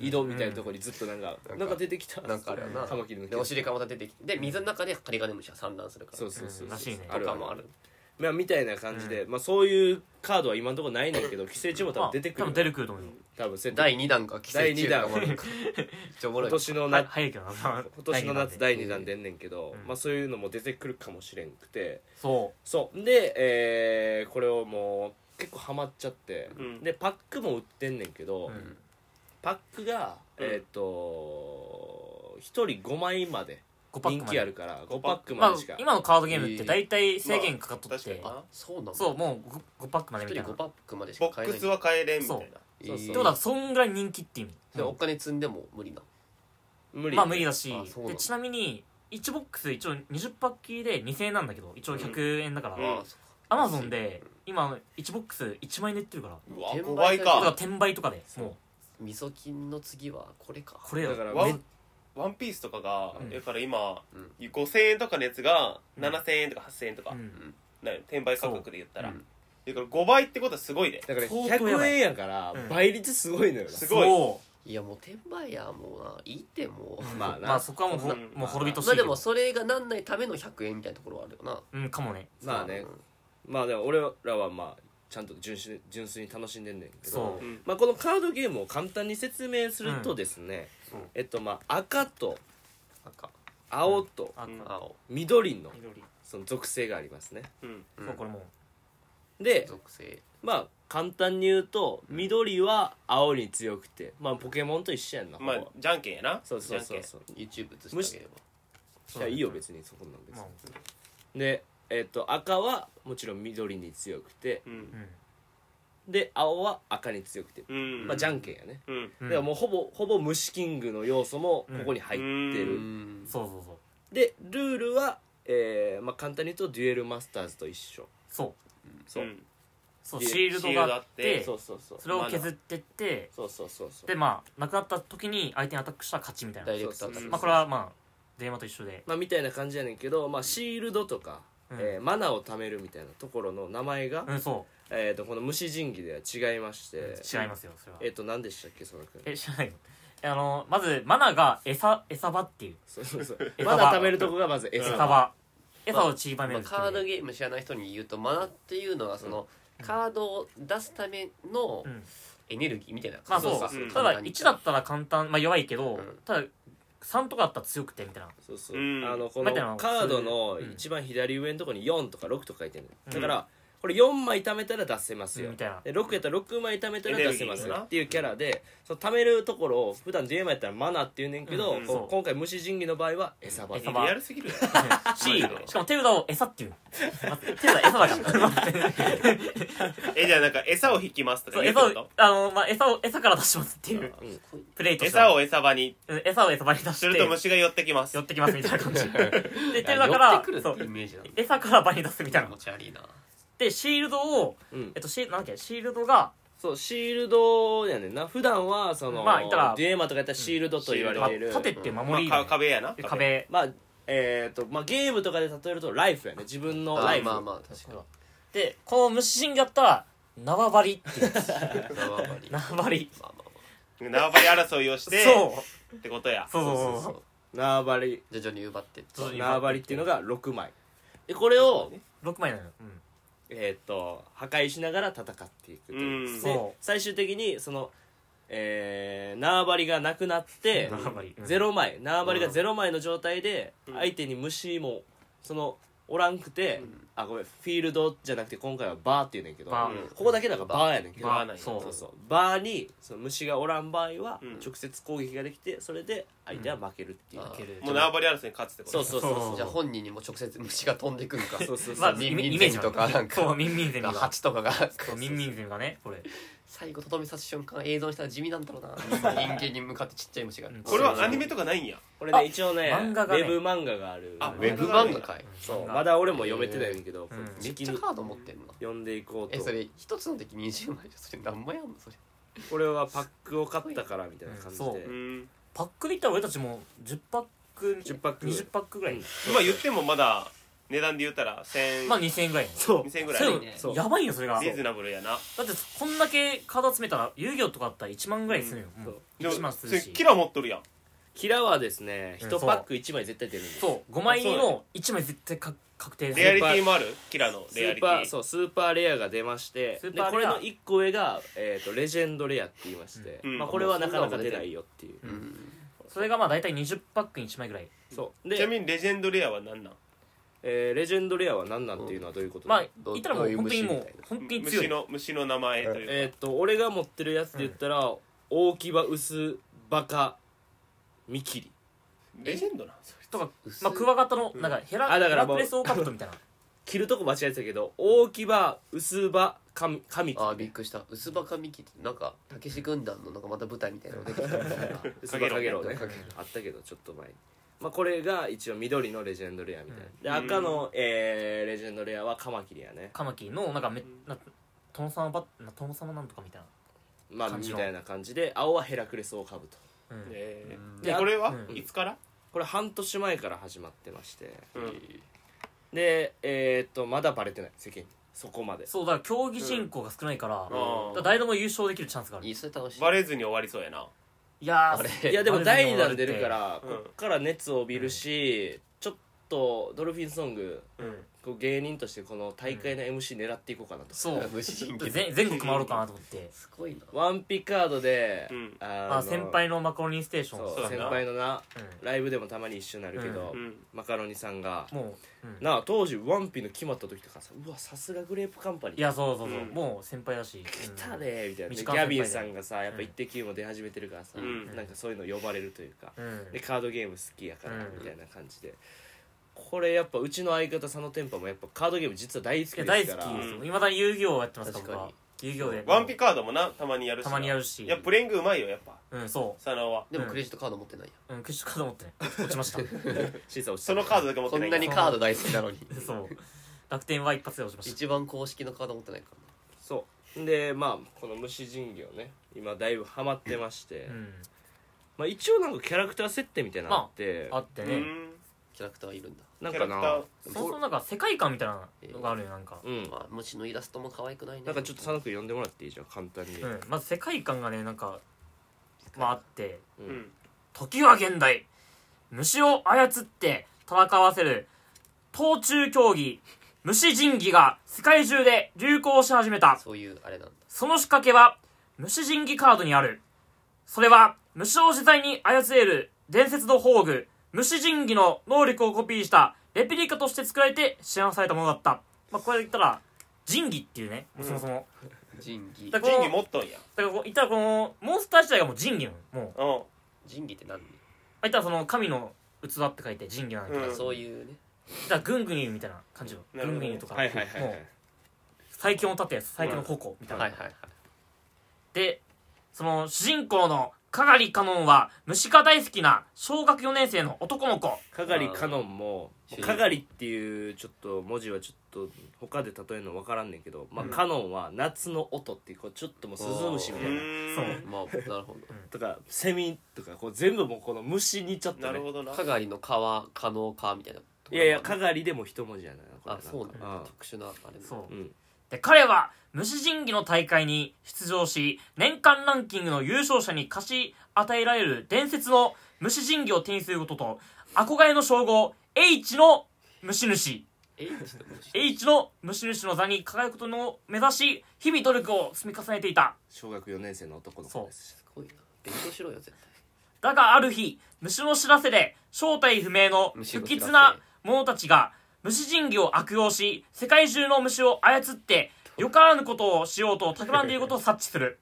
[SPEAKER 2] 井戸みたいなとこにずっとなんか
[SPEAKER 4] うん
[SPEAKER 2] なんか出てきた
[SPEAKER 4] なんかあれやな
[SPEAKER 2] カマキリの毛
[SPEAKER 4] でお尻からまた出てきてで水の中でハリガニムシが産卵するから
[SPEAKER 2] そうそうそう
[SPEAKER 3] うんらしいね
[SPEAKER 2] あ
[SPEAKER 4] と
[SPEAKER 2] る
[SPEAKER 4] か
[SPEAKER 2] あ
[SPEAKER 4] もあ
[SPEAKER 2] る
[SPEAKER 4] る
[SPEAKER 2] まあみたいな感じでまあそういうカードは今のところないねんけど寄生虫も多分出てく
[SPEAKER 3] まあ多分
[SPEAKER 2] る
[SPEAKER 3] 出てくると思うよ
[SPEAKER 2] 多分そうやって
[SPEAKER 4] 第2弾か寄生虫かもあるのかちょぼろ
[SPEAKER 2] 今
[SPEAKER 4] い
[SPEAKER 2] 年の
[SPEAKER 3] は
[SPEAKER 2] 夏
[SPEAKER 3] 早いけどな今
[SPEAKER 2] 今年の夏第2弾出んねんけど
[SPEAKER 3] うん
[SPEAKER 2] まあそういうのも出てくるかもしれんくて
[SPEAKER 3] そ
[SPEAKER 2] そうで、えーこれをもう結構ハマっちゃって、
[SPEAKER 5] うん
[SPEAKER 2] でパックも売ってんねんけど、
[SPEAKER 3] う、うん
[SPEAKER 2] パックが、
[SPEAKER 5] うん
[SPEAKER 2] えっ、と1人5枚まで
[SPEAKER 3] 5パック
[SPEAKER 2] 人
[SPEAKER 3] まで
[SPEAKER 2] 気あるから5パック
[SPEAKER 3] ま
[SPEAKER 2] ま
[SPEAKER 3] あ
[SPEAKER 2] でしか、、
[SPEAKER 3] 今のカードゲームって大体制限かかっとっ
[SPEAKER 5] まあ
[SPEAKER 3] て、
[SPEAKER 5] 確かにな
[SPEAKER 4] そうなの
[SPEAKER 3] そうもう 5, パックまで
[SPEAKER 4] 1
[SPEAKER 3] みた
[SPEAKER 4] 人
[SPEAKER 3] いな
[SPEAKER 4] 5
[SPEAKER 3] ってこ
[SPEAKER 4] パックまでし
[SPEAKER 5] ボ
[SPEAKER 4] か買
[SPEAKER 5] ッ
[SPEAKER 4] えな
[SPEAKER 5] ク
[SPEAKER 4] い
[SPEAKER 5] スは買えれんみたい
[SPEAKER 3] そう
[SPEAKER 5] な
[SPEAKER 4] え
[SPEAKER 2] そうそう
[SPEAKER 4] ー
[SPEAKER 2] ど
[SPEAKER 3] とはそんぐらい人気って意味、
[SPEAKER 4] でお金積んでも無理な
[SPEAKER 2] 無理
[SPEAKER 3] まあ無理だし
[SPEAKER 4] あそうなんだ
[SPEAKER 3] でちなみに1ボックス一応20パッキーで2000円なんだけど一応100円だから、
[SPEAKER 5] うん
[SPEAKER 4] ああそう
[SPEAKER 3] アマゾンで今1ボックス1万円で売ってるから
[SPEAKER 5] うわ
[SPEAKER 4] 転売
[SPEAKER 5] 5倍
[SPEAKER 3] だから
[SPEAKER 5] か
[SPEAKER 3] 転売とかでもう
[SPEAKER 4] 味噌菌の次はこれか
[SPEAKER 3] これよ
[SPEAKER 2] だから
[SPEAKER 5] ワ
[SPEAKER 2] め
[SPEAKER 5] ンワンピースとかが
[SPEAKER 3] うん
[SPEAKER 5] だから今
[SPEAKER 4] うん
[SPEAKER 5] 5000円とかのやつが7000円とか8000円と
[SPEAKER 3] う
[SPEAKER 5] か
[SPEAKER 3] ん
[SPEAKER 5] な転売価格で言ったら
[SPEAKER 4] そううん
[SPEAKER 5] だから5倍ってことはすごいで
[SPEAKER 2] だから
[SPEAKER 3] 相当やば
[SPEAKER 2] 100
[SPEAKER 3] い
[SPEAKER 2] 円やから
[SPEAKER 3] うん
[SPEAKER 2] 倍率すごいのよな、
[SPEAKER 5] すごい
[SPEAKER 3] そ
[SPEAKER 4] いやもう転売やもうないいってもう
[SPEAKER 3] う
[SPEAKER 2] まあな
[SPEAKER 3] まあそこはもうほ
[SPEAKER 5] まあ
[SPEAKER 3] もう滅びとし
[SPEAKER 4] まあ
[SPEAKER 3] て
[SPEAKER 4] で
[SPEAKER 3] る
[SPEAKER 4] もそれがなんないための100円みたいなところはあるよな
[SPEAKER 3] うんかもね
[SPEAKER 2] まあねまあでも俺らはまあちゃんと純粋純粋に楽しんでんねんけど
[SPEAKER 3] そううん
[SPEAKER 2] まあ、このカードゲームを簡単に説明するとですね、
[SPEAKER 3] うんそう
[SPEAKER 2] えっとまあ赤と
[SPEAKER 4] 赤
[SPEAKER 2] 青と
[SPEAKER 3] 赤
[SPEAKER 5] うん
[SPEAKER 4] 青
[SPEAKER 2] 緑の
[SPEAKER 3] 緑
[SPEAKER 2] その属性がありますね
[SPEAKER 5] うん
[SPEAKER 3] そうこれもう
[SPEAKER 2] で
[SPEAKER 4] 属性
[SPEAKER 2] まあ簡単に言うと緑は青に強くてまあポケモンと一緒やんな、
[SPEAKER 5] ま
[SPEAKER 2] ほ
[SPEAKER 5] あ
[SPEAKER 2] ぼ
[SPEAKER 5] じゃんけんやな
[SPEAKER 2] そうそうそう
[SPEAKER 5] じ
[SPEAKER 2] そう
[SPEAKER 4] YouTube 映してあげれば
[SPEAKER 2] いやいいよ別にそこなんです、
[SPEAKER 3] まあ
[SPEAKER 2] でえっ、と赤はもちろん緑に強くて
[SPEAKER 5] ゃんけん
[SPEAKER 2] で青は赤に強くて、
[SPEAKER 5] うんうん
[SPEAKER 2] まあじゃんけんやね、
[SPEAKER 5] うん
[SPEAKER 3] うん
[SPEAKER 2] だからもうほぼほぼ虫キングの要素もここに入ってる、
[SPEAKER 5] う
[SPEAKER 4] うん
[SPEAKER 3] そうそうそう
[SPEAKER 2] でルールは、えーまあ、簡単に言うとデュエルマスターズと一緒
[SPEAKER 3] そう
[SPEAKER 2] そう、
[SPEAKER 5] ん
[SPEAKER 3] そう
[SPEAKER 2] で
[SPEAKER 3] シールドがあっ
[SPEAKER 5] シールド
[SPEAKER 2] そ
[SPEAKER 5] あって
[SPEAKER 2] うそうそう
[SPEAKER 3] それを削ってって
[SPEAKER 2] そうそうそうそう
[SPEAKER 3] でまあなくなった時に相手にアタックしたら勝ちみたいな
[SPEAKER 4] ダイレクトアタック
[SPEAKER 3] まあこれはまあ電話と一緒で
[SPEAKER 2] まあ、みたいな感じやねんけど、まあ、シールドとか、
[SPEAKER 3] うん
[SPEAKER 2] えーマナーを貯めるみたいなところの名前が、
[SPEAKER 3] うんそ
[SPEAKER 2] えー、とこの虫神器では違いまして、
[SPEAKER 3] う違いますよそれは
[SPEAKER 2] えっ、と何でしたっけそのくん
[SPEAKER 3] え知らないのえあのまずマナが餌餌場っていう
[SPEAKER 2] そうそうそう
[SPEAKER 3] 餌
[SPEAKER 2] マ
[SPEAKER 3] 場
[SPEAKER 2] ナー貯めるとこがまず餌
[SPEAKER 3] 餌
[SPEAKER 2] 場
[SPEAKER 3] 場餌をちりばめ
[SPEAKER 4] まあ
[SPEAKER 3] るっていう
[SPEAKER 4] カードゲーム知らない人に言うとマナっていうのはそのカードを出すための
[SPEAKER 3] うん
[SPEAKER 4] エネルギーみたいな
[SPEAKER 3] まあ
[SPEAKER 4] 感じ
[SPEAKER 3] そう
[SPEAKER 5] そうそう
[SPEAKER 3] ただ1だったら簡単まあ弱いけど
[SPEAKER 4] うん
[SPEAKER 3] ただ3とかだったら強くてみたいな
[SPEAKER 2] そうそう、
[SPEAKER 5] うん
[SPEAKER 2] あのこ
[SPEAKER 3] まあでも
[SPEAKER 2] のカードの
[SPEAKER 3] うん
[SPEAKER 2] 一番左上のところに4とか6とか書いてる
[SPEAKER 3] うん
[SPEAKER 2] だからこれ4枚貯めたら出せます
[SPEAKER 3] う
[SPEAKER 2] よ
[SPEAKER 3] んみたいな
[SPEAKER 2] で6やったら6枚貯めたら出せます
[SPEAKER 5] エネルギー
[SPEAKER 2] よ
[SPEAKER 5] な
[SPEAKER 2] っていうキャラでその貯めるところを普段 DM やったらマナーって言うねんけど、
[SPEAKER 3] うんうん
[SPEAKER 2] こ
[SPEAKER 3] そう
[SPEAKER 2] 今回虫神器の場合は餌場
[SPEAKER 3] 餌場
[SPEAKER 5] リアルすぎるやろ
[SPEAKER 3] ししかも手札を餌っていう ま手札餌だか ら
[SPEAKER 5] えじゃあなんか餌を引きますと
[SPEAKER 3] そ
[SPEAKER 5] か
[SPEAKER 3] う
[SPEAKER 5] 言う
[SPEAKER 3] 餌
[SPEAKER 5] こと
[SPEAKER 3] をあの、まあ、餌を餌から出しますっていう
[SPEAKER 2] うん
[SPEAKER 3] プレイとして
[SPEAKER 5] 餌を餌場に
[SPEAKER 3] うん餌を餌場に出
[SPEAKER 5] す
[SPEAKER 3] し
[SPEAKER 5] る
[SPEAKER 3] て
[SPEAKER 5] と虫が寄ってきます
[SPEAKER 3] 寄ってきますみたいな感じで手
[SPEAKER 4] 手
[SPEAKER 3] 札
[SPEAKER 4] だ
[SPEAKER 3] か
[SPEAKER 4] から寄っ
[SPEAKER 3] ら
[SPEAKER 4] てくる
[SPEAKER 3] そ
[SPEAKER 4] ってイ
[SPEAKER 3] う
[SPEAKER 4] メージなの
[SPEAKER 3] 餌から場に出すみたい
[SPEAKER 4] 気
[SPEAKER 3] な
[SPEAKER 4] 持ち悪いな
[SPEAKER 3] でシールドを、
[SPEAKER 2] うん
[SPEAKER 3] えっと、シーなんだっけシールドが
[SPEAKER 2] そうシールドやねんな普段はその、
[SPEAKER 3] まあ言ったら
[SPEAKER 2] デュエマとかやったらシールドと言わ
[SPEAKER 3] まあ
[SPEAKER 2] れる、
[SPEAKER 3] 盾って
[SPEAKER 5] ま
[SPEAKER 3] 守り、
[SPEAKER 5] あか壁やな
[SPEAKER 3] で壁
[SPEAKER 2] まあえっ、とまあゲームとかで例えるとライフやね自分の
[SPEAKER 4] あ
[SPEAKER 2] ライ
[SPEAKER 4] ー
[SPEAKER 2] フ
[SPEAKER 4] まあまあ確か
[SPEAKER 3] でこの虫神器だったら縄張りっていう
[SPEAKER 4] に縄張りま
[SPEAKER 3] 縄張り
[SPEAKER 4] あまあまあ
[SPEAKER 5] 縄張り争いをして
[SPEAKER 3] そう
[SPEAKER 5] ってことや
[SPEAKER 3] そうそうそう
[SPEAKER 2] 縄張り
[SPEAKER 4] 徐々に奪ってって
[SPEAKER 3] そう
[SPEAKER 2] 縄張りっていうのが6枚でこれを
[SPEAKER 3] 6枚なのよ、うん
[SPEAKER 2] えー、と破壊しながら戦っていくという
[SPEAKER 5] うん
[SPEAKER 2] で
[SPEAKER 3] そう
[SPEAKER 2] 最終的にその、えー縄張りがなくなって
[SPEAKER 3] 縄張りうん
[SPEAKER 2] 0枚縄張りが0枚の状態で
[SPEAKER 5] うん
[SPEAKER 2] 相手に虫もそのおらんくて、あごめんフィールドじゃなくて今回はバーって言うねんけど
[SPEAKER 3] バ
[SPEAKER 5] ー
[SPEAKER 2] うんここだけだからバーやねんけど
[SPEAKER 5] バーなんや
[SPEAKER 3] そう
[SPEAKER 2] そうそうバーにその虫がおらん場合は
[SPEAKER 5] うん
[SPEAKER 2] 直接攻撃ができてそれで相手は負けるっていう、
[SPEAKER 4] うんあー
[SPEAKER 5] もう縄張り争いに勝つってこと
[SPEAKER 2] そうそうそうそう
[SPEAKER 4] じゃあ本人にも直接虫が飛んでくるか
[SPEAKER 2] そうそうそう
[SPEAKER 3] まあ
[SPEAKER 4] ミ
[SPEAKER 3] イ
[SPEAKER 4] ン
[SPEAKER 3] メ
[SPEAKER 4] ミン
[SPEAKER 3] イメ
[SPEAKER 4] ゼ
[SPEAKER 3] ー
[SPEAKER 4] ミ
[SPEAKER 3] ジ
[SPEAKER 4] とかなん
[SPEAKER 3] そう
[SPEAKER 4] か
[SPEAKER 3] ミンミン ゼミが
[SPEAKER 4] 蜂とかが
[SPEAKER 3] そうミンミンゼミがねこれ
[SPEAKER 4] 最後とどめ刺す瞬間映像にしたら地味なんだろうな人間に向かってちっちゃい虫が
[SPEAKER 3] うん
[SPEAKER 5] これはアニメとかないんや
[SPEAKER 2] これね一応ね
[SPEAKER 3] 漫画がね
[SPEAKER 2] ウェブ漫画がある
[SPEAKER 5] あ
[SPEAKER 4] ウェブ漫画かい
[SPEAKER 2] そう
[SPEAKER 3] 漫画
[SPEAKER 2] まだ俺も読めてないんだけど、
[SPEAKER 3] うん
[SPEAKER 4] めっ
[SPEAKER 2] 時期
[SPEAKER 4] ちゃ
[SPEAKER 2] に
[SPEAKER 4] カード持ってんな
[SPEAKER 2] 読んでいこう
[SPEAKER 4] え
[SPEAKER 2] と
[SPEAKER 4] それ一つの時20枚じゃそれ何枚あんのそれ
[SPEAKER 2] これはパックを買ったからみたいな感じで、
[SPEAKER 3] うんそう
[SPEAKER 5] うん
[SPEAKER 3] パックでいったら俺たちも10パック
[SPEAKER 2] 10パック
[SPEAKER 3] 20パックぐらい、
[SPEAKER 5] 今言ってもまだ値段で言ったら1000
[SPEAKER 3] まあ2000円ぐらい
[SPEAKER 2] そう
[SPEAKER 5] 2000ぐら
[SPEAKER 3] そ
[SPEAKER 5] いう
[SPEAKER 4] ね
[SPEAKER 2] そう
[SPEAKER 3] やばいよそれが
[SPEAKER 5] リーズナブルやな
[SPEAKER 3] だってこんだけカード集めたら遊戯王とかあったら1万ぐらいするよ、
[SPEAKER 2] ん
[SPEAKER 3] もう
[SPEAKER 5] でも
[SPEAKER 3] 1万するし
[SPEAKER 5] キラ持っとるやん
[SPEAKER 2] キラはですね
[SPEAKER 3] うん
[SPEAKER 2] 1パック1枚絶対出るんで、
[SPEAKER 3] そう5枚
[SPEAKER 5] あそうだ
[SPEAKER 3] の1枚絶対か確定す
[SPEAKER 5] レアリ
[SPEAKER 3] る
[SPEAKER 5] ティもあるキラの
[SPEAKER 2] ス
[SPEAKER 5] レア
[SPEAKER 2] ー
[SPEAKER 5] リ
[SPEAKER 2] パ
[SPEAKER 5] テ
[SPEAKER 2] ー
[SPEAKER 5] ィ
[SPEAKER 2] そうスーパーレアが出まして
[SPEAKER 3] スー
[SPEAKER 2] で
[SPEAKER 3] パーレア
[SPEAKER 2] これの1個上が、えー、とレジェンドレアって言いまして、
[SPEAKER 5] うん
[SPEAKER 2] まあ、これはなかなか出ないよっていう、
[SPEAKER 3] う
[SPEAKER 4] うんん
[SPEAKER 3] それがまあ大体20パックに1枚ぐらい
[SPEAKER 2] そう
[SPEAKER 5] ちな
[SPEAKER 2] で、
[SPEAKER 5] みにレジェンドレアは何なん
[SPEAKER 2] えーレジェンドレアは何なんていうのはどういうこと
[SPEAKER 3] まあ
[SPEAKER 2] だ
[SPEAKER 4] ど
[SPEAKER 3] 言ったらもう本当にも
[SPEAKER 4] ど
[SPEAKER 3] う
[SPEAKER 4] ういう虫みたいな
[SPEAKER 3] 本当に強
[SPEAKER 5] 虫
[SPEAKER 3] い
[SPEAKER 5] の虫の名前という
[SPEAKER 2] えっ、と俺が持ってるやつで言ったら、大木場薄バカ見切り
[SPEAKER 5] レジェンドなんそれ
[SPEAKER 3] とか、
[SPEAKER 4] 薄い
[SPEAKER 3] まあ、クワガタのなんかヘラ,、
[SPEAKER 2] あだからも
[SPEAKER 3] プ
[SPEAKER 2] う
[SPEAKER 3] レスオーカブトみたいな
[SPEAKER 2] 切るとこ間違えてたけど大木場薄場神神木
[SPEAKER 4] あーびっくりした薄バカミキってなんかたけし軍団のなんかまた舞台みたいなのできたみたいな
[SPEAKER 2] 薄葉かげろうね
[SPEAKER 4] かげろ
[SPEAKER 2] あったけどちょっと前に、まあ、これが一応緑のレジェンドレアみたいな、
[SPEAKER 5] うん
[SPEAKER 2] で赤の、えーレジェンドレアはカマキリやね
[SPEAKER 3] カマキのなんかめな殿様ばな殿様なんとかみたい
[SPEAKER 2] まあ
[SPEAKER 3] 感
[SPEAKER 2] み
[SPEAKER 3] じの
[SPEAKER 2] たいな感じで青はヘラクレスオオカブト
[SPEAKER 3] な、うん
[SPEAKER 5] えー
[SPEAKER 2] で
[SPEAKER 5] でこれは
[SPEAKER 3] うん
[SPEAKER 5] いつから
[SPEAKER 2] これ半年前から始まってまして
[SPEAKER 5] うん
[SPEAKER 2] でえーっとまだバレてない世間にそこまで
[SPEAKER 3] そうだから競技人口が少ないから,、
[SPEAKER 5] うん
[SPEAKER 3] 誰でも優勝できるチャンスがある
[SPEAKER 4] い
[SPEAKER 3] い
[SPEAKER 4] いそれ楽しい
[SPEAKER 5] バレずに終わりそうやな
[SPEAKER 3] や
[SPEAKER 4] あ
[SPEAKER 3] ー
[SPEAKER 4] れ
[SPEAKER 2] いやでも
[SPEAKER 3] 誰
[SPEAKER 2] 第
[SPEAKER 3] で
[SPEAKER 2] 2
[SPEAKER 3] も終わ
[SPEAKER 2] 弾
[SPEAKER 3] る
[SPEAKER 2] 出るから
[SPEAKER 5] うん
[SPEAKER 2] こっから熱を帯びるし、ちょっとドルフィンソング
[SPEAKER 5] うん
[SPEAKER 2] こう芸人としてこの大会の MC 狙っていこうかなと、
[SPEAKER 3] そう
[SPEAKER 4] 無視人気
[SPEAKER 3] 全全国回ろうかなと思って
[SPEAKER 4] すごいな
[SPEAKER 2] ワンピカードで、
[SPEAKER 5] うん
[SPEAKER 2] あの
[SPEAKER 3] あ先輩のマカロニステーション
[SPEAKER 2] そ
[SPEAKER 5] そうう
[SPEAKER 2] 先
[SPEAKER 5] だな
[SPEAKER 2] 輩のな
[SPEAKER 3] う
[SPEAKER 2] ライブでもたまに一緒になるけど、
[SPEAKER 5] うんうん
[SPEAKER 2] マカロニさんが
[SPEAKER 3] ん、もう、うん、
[SPEAKER 2] なあ当時ワンピの決まった時とかさうわさすがグレープカンパニー
[SPEAKER 3] いやそうそうそう、
[SPEAKER 5] うん
[SPEAKER 3] もう先輩だし
[SPEAKER 2] 来たねみたいな、
[SPEAKER 3] うん
[SPEAKER 2] でギ
[SPEAKER 3] 短い先輩だ
[SPEAKER 2] ャビンさんがさやっぱ「イッテ Q!」も出始めてるからさ、
[SPEAKER 5] うん
[SPEAKER 2] なんかそういうの呼ばれるというか、
[SPEAKER 3] うん、うん
[SPEAKER 2] でカードゲーム好きやから
[SPEAKER 3] うん
[SPEAKER 2] みたいな感じで、これやっぱうちの相方佐野天パもやっぱカードゲーム実は大好
[SPEAKER 3] い
[SPEAKER 2] きで
[SPEAKER 3] や大
[SPEAKER 2] す
[SPEAKER 3] 好
[SPEAKER 2] から
[SPEAKER 3] きです
[SPEAKER 5] う
[SPEAKER 3] よ
[SPEAKER 5] ん
[SPEAKER 3] いまだに遊戯王やってますか
[SPEAKER 2] 確
[SPEAKER 3] 僕
[SPEAKER 2] かに
[SPEAKER 3] は遊戯王で
[SPEAKER 5] ワンピカードもなたまにやるした
[SPEAKER 3] まにやるし
[SPEAKER 5] いやプレイングうまいよやっぱ
[SPEAKER 3] うんそ
[SPEAKER 5] 佐野は
[SPEAKER 4] でも
[SPEAKER 3] うん
[SPEAKER 4] クレジットカード持ってないや
[SPEAKER 3] ううんクッシュカード持ってね落ちました
[SPEAKER 2] 審査をして
[SPEAKER 5] そのカードだけ持っ
[SPEAKER 4] こ
[SPEAKER 5] てない
[SPEAKER 4] んなにカード大好きなのに
[SPEAKER 3] そう楽天は一発で落ちました
[SPEAKER 4] 一番公式のカード持ってないからな
[SPEAKER 2] そうでまあこの虫人形ね今だいぶハマってまして、
[SPEAKER 3] うん
[SPEAKER 2] まあ、一応なんかキャラクター設定みたいなのあって、
[SPEAKER 3] あって
[SPEAKER 5] う
[SPEAKER 3] ね
[SPEAKER 5] ん
[SPEAKER 4] キャラクターいるんだ
[SPEAKER 2] なん
[SPEAKER 5] キャラ
[SPEAKER 2] か
[SPEAKER 5] ク
[SPEAKER 2] な
[SPEAKER 5] ター
[SPEAKER 3] そもそもなんか世界観みたいなのがあるよなんか
[SPEAKER 2] うん
[SPEAKER 4] まあ虫のイラストも可愛くないね
[SPEAKER 2] なんかちょっと佐野君呼んでもらっていいじゃん簡単に、
[SPEAKER 3] うんまず世界観がねなんかまああって
[SPEAKER 2] うん
[SPEAKER 5] うん
[SPEAKER 3] 時は現代虫を操って戦わせる冬中競技虫人技が世界中で流行し始めた
[SPEAKER 4] そういうあれなんだ
[SPEAKER 3] その仕掛けは虫人技カードにあるそれは虫を自在に操れる伝説の宝具虫人技の能力をコピーしたレプリカとして作られて市販されたものだった、まあ、これで言ったら人技っていうね、そもそも
[SPEAKER 4] 仁義
[SPEAKER 3] だから
[SPEAKER 5] 仁
[SPEAKER 3] こ
[SPEAKER 5] 義
[SPEAKER 3] の
[SPEAKER 5] 持っとんや
[SPEAKER 3] だからこう言ったらこのモンスター自体がもう人技なのも
[SPEAKER 5] うん
[SPEAKER 3] う
[SPEAKER 4] 仁義って何、
[SPEAKER 3] あいたらその神の器って書いて人魚なんだけど、
[SPEAKER 5] うん
[SPEAKER 4] そういうね
[SPEAKER 3] だからグングニューみたいな感じよ
[SPEAKER 5] なる
[SPEAKER 3] グ
[SPEAKER 5] ほど
[SPEAKER 3] ングニューとか、
[SPEAKER 2] はいはいはいは
[SPEAKER 3] も
[SPEAKER 2] い
[SPEAKER 3] う最強の盾やつ最強の矛みたいな、
[SPEAKER 4] はいはいはい
[SPEAKER 3] でその主人公のかがりかのんは虫が大好きな小学4年生の男の子
[SPEAKER 2] かがりかのんも
[SPEAKER 4] あー
[SPEAKER 2] かがりっていうちょっと文字はちょっと他で例えるの分からんねんけど、まあ、
[SPEAKER 3] うん
[SPEAKER 2] かのんは夏の音っていうこうちょっともう鈴虫み
[SPEAKER 5] う
[SPEAKER 2] たいな
[SPEAKER 5] ーん
[SPEAKER 4] まあなるほど
[SPEAKER 2] とかセミとかこう全部もうこの虫にちょっと
[SPEAKER 5] な
[SPEAKER 2] ね
[SPEAKER 5] るほどな
[SPEAKER 4] かがりの川可能かみたいなところ
[SPEAKER 2] いやいやかがりでも一文字やなこれ
[SPEAKER 4] あそうなん
[SPEAKER 2] か
[SPEAKER 4] だ特殊なあれなんだ
[SPEAKER 3] そう、
[SPEAKER 2] うん
[SPEAKER 3] で彼は虫人技の大会に出場し年間ランキングの優勝者に貸し与えられる伝説の虫人技を手にすることと憧れの称号 H の虫主
[SPEAKER 4] H と虫
[SPEAKER 3] H の虫主の座に輝くことを目指し日々努力を積み重ねていた
[SPEAKER 2] 小学4年生の男の子です
[SPEAKER 4] すごいな勉強しろよ絶対
[SPEAKER 3] だがある日、虫の知らせで正体不明の
[SPEAKER 4] 虫
[SPEAKER 3] 不
[SPEAKER 4] の知らせ
[SPEAKER 3] 吉な者たちが虫人技を悪用し、世界中の虫を操って、よからぬことをしようと企んでいることを察知する。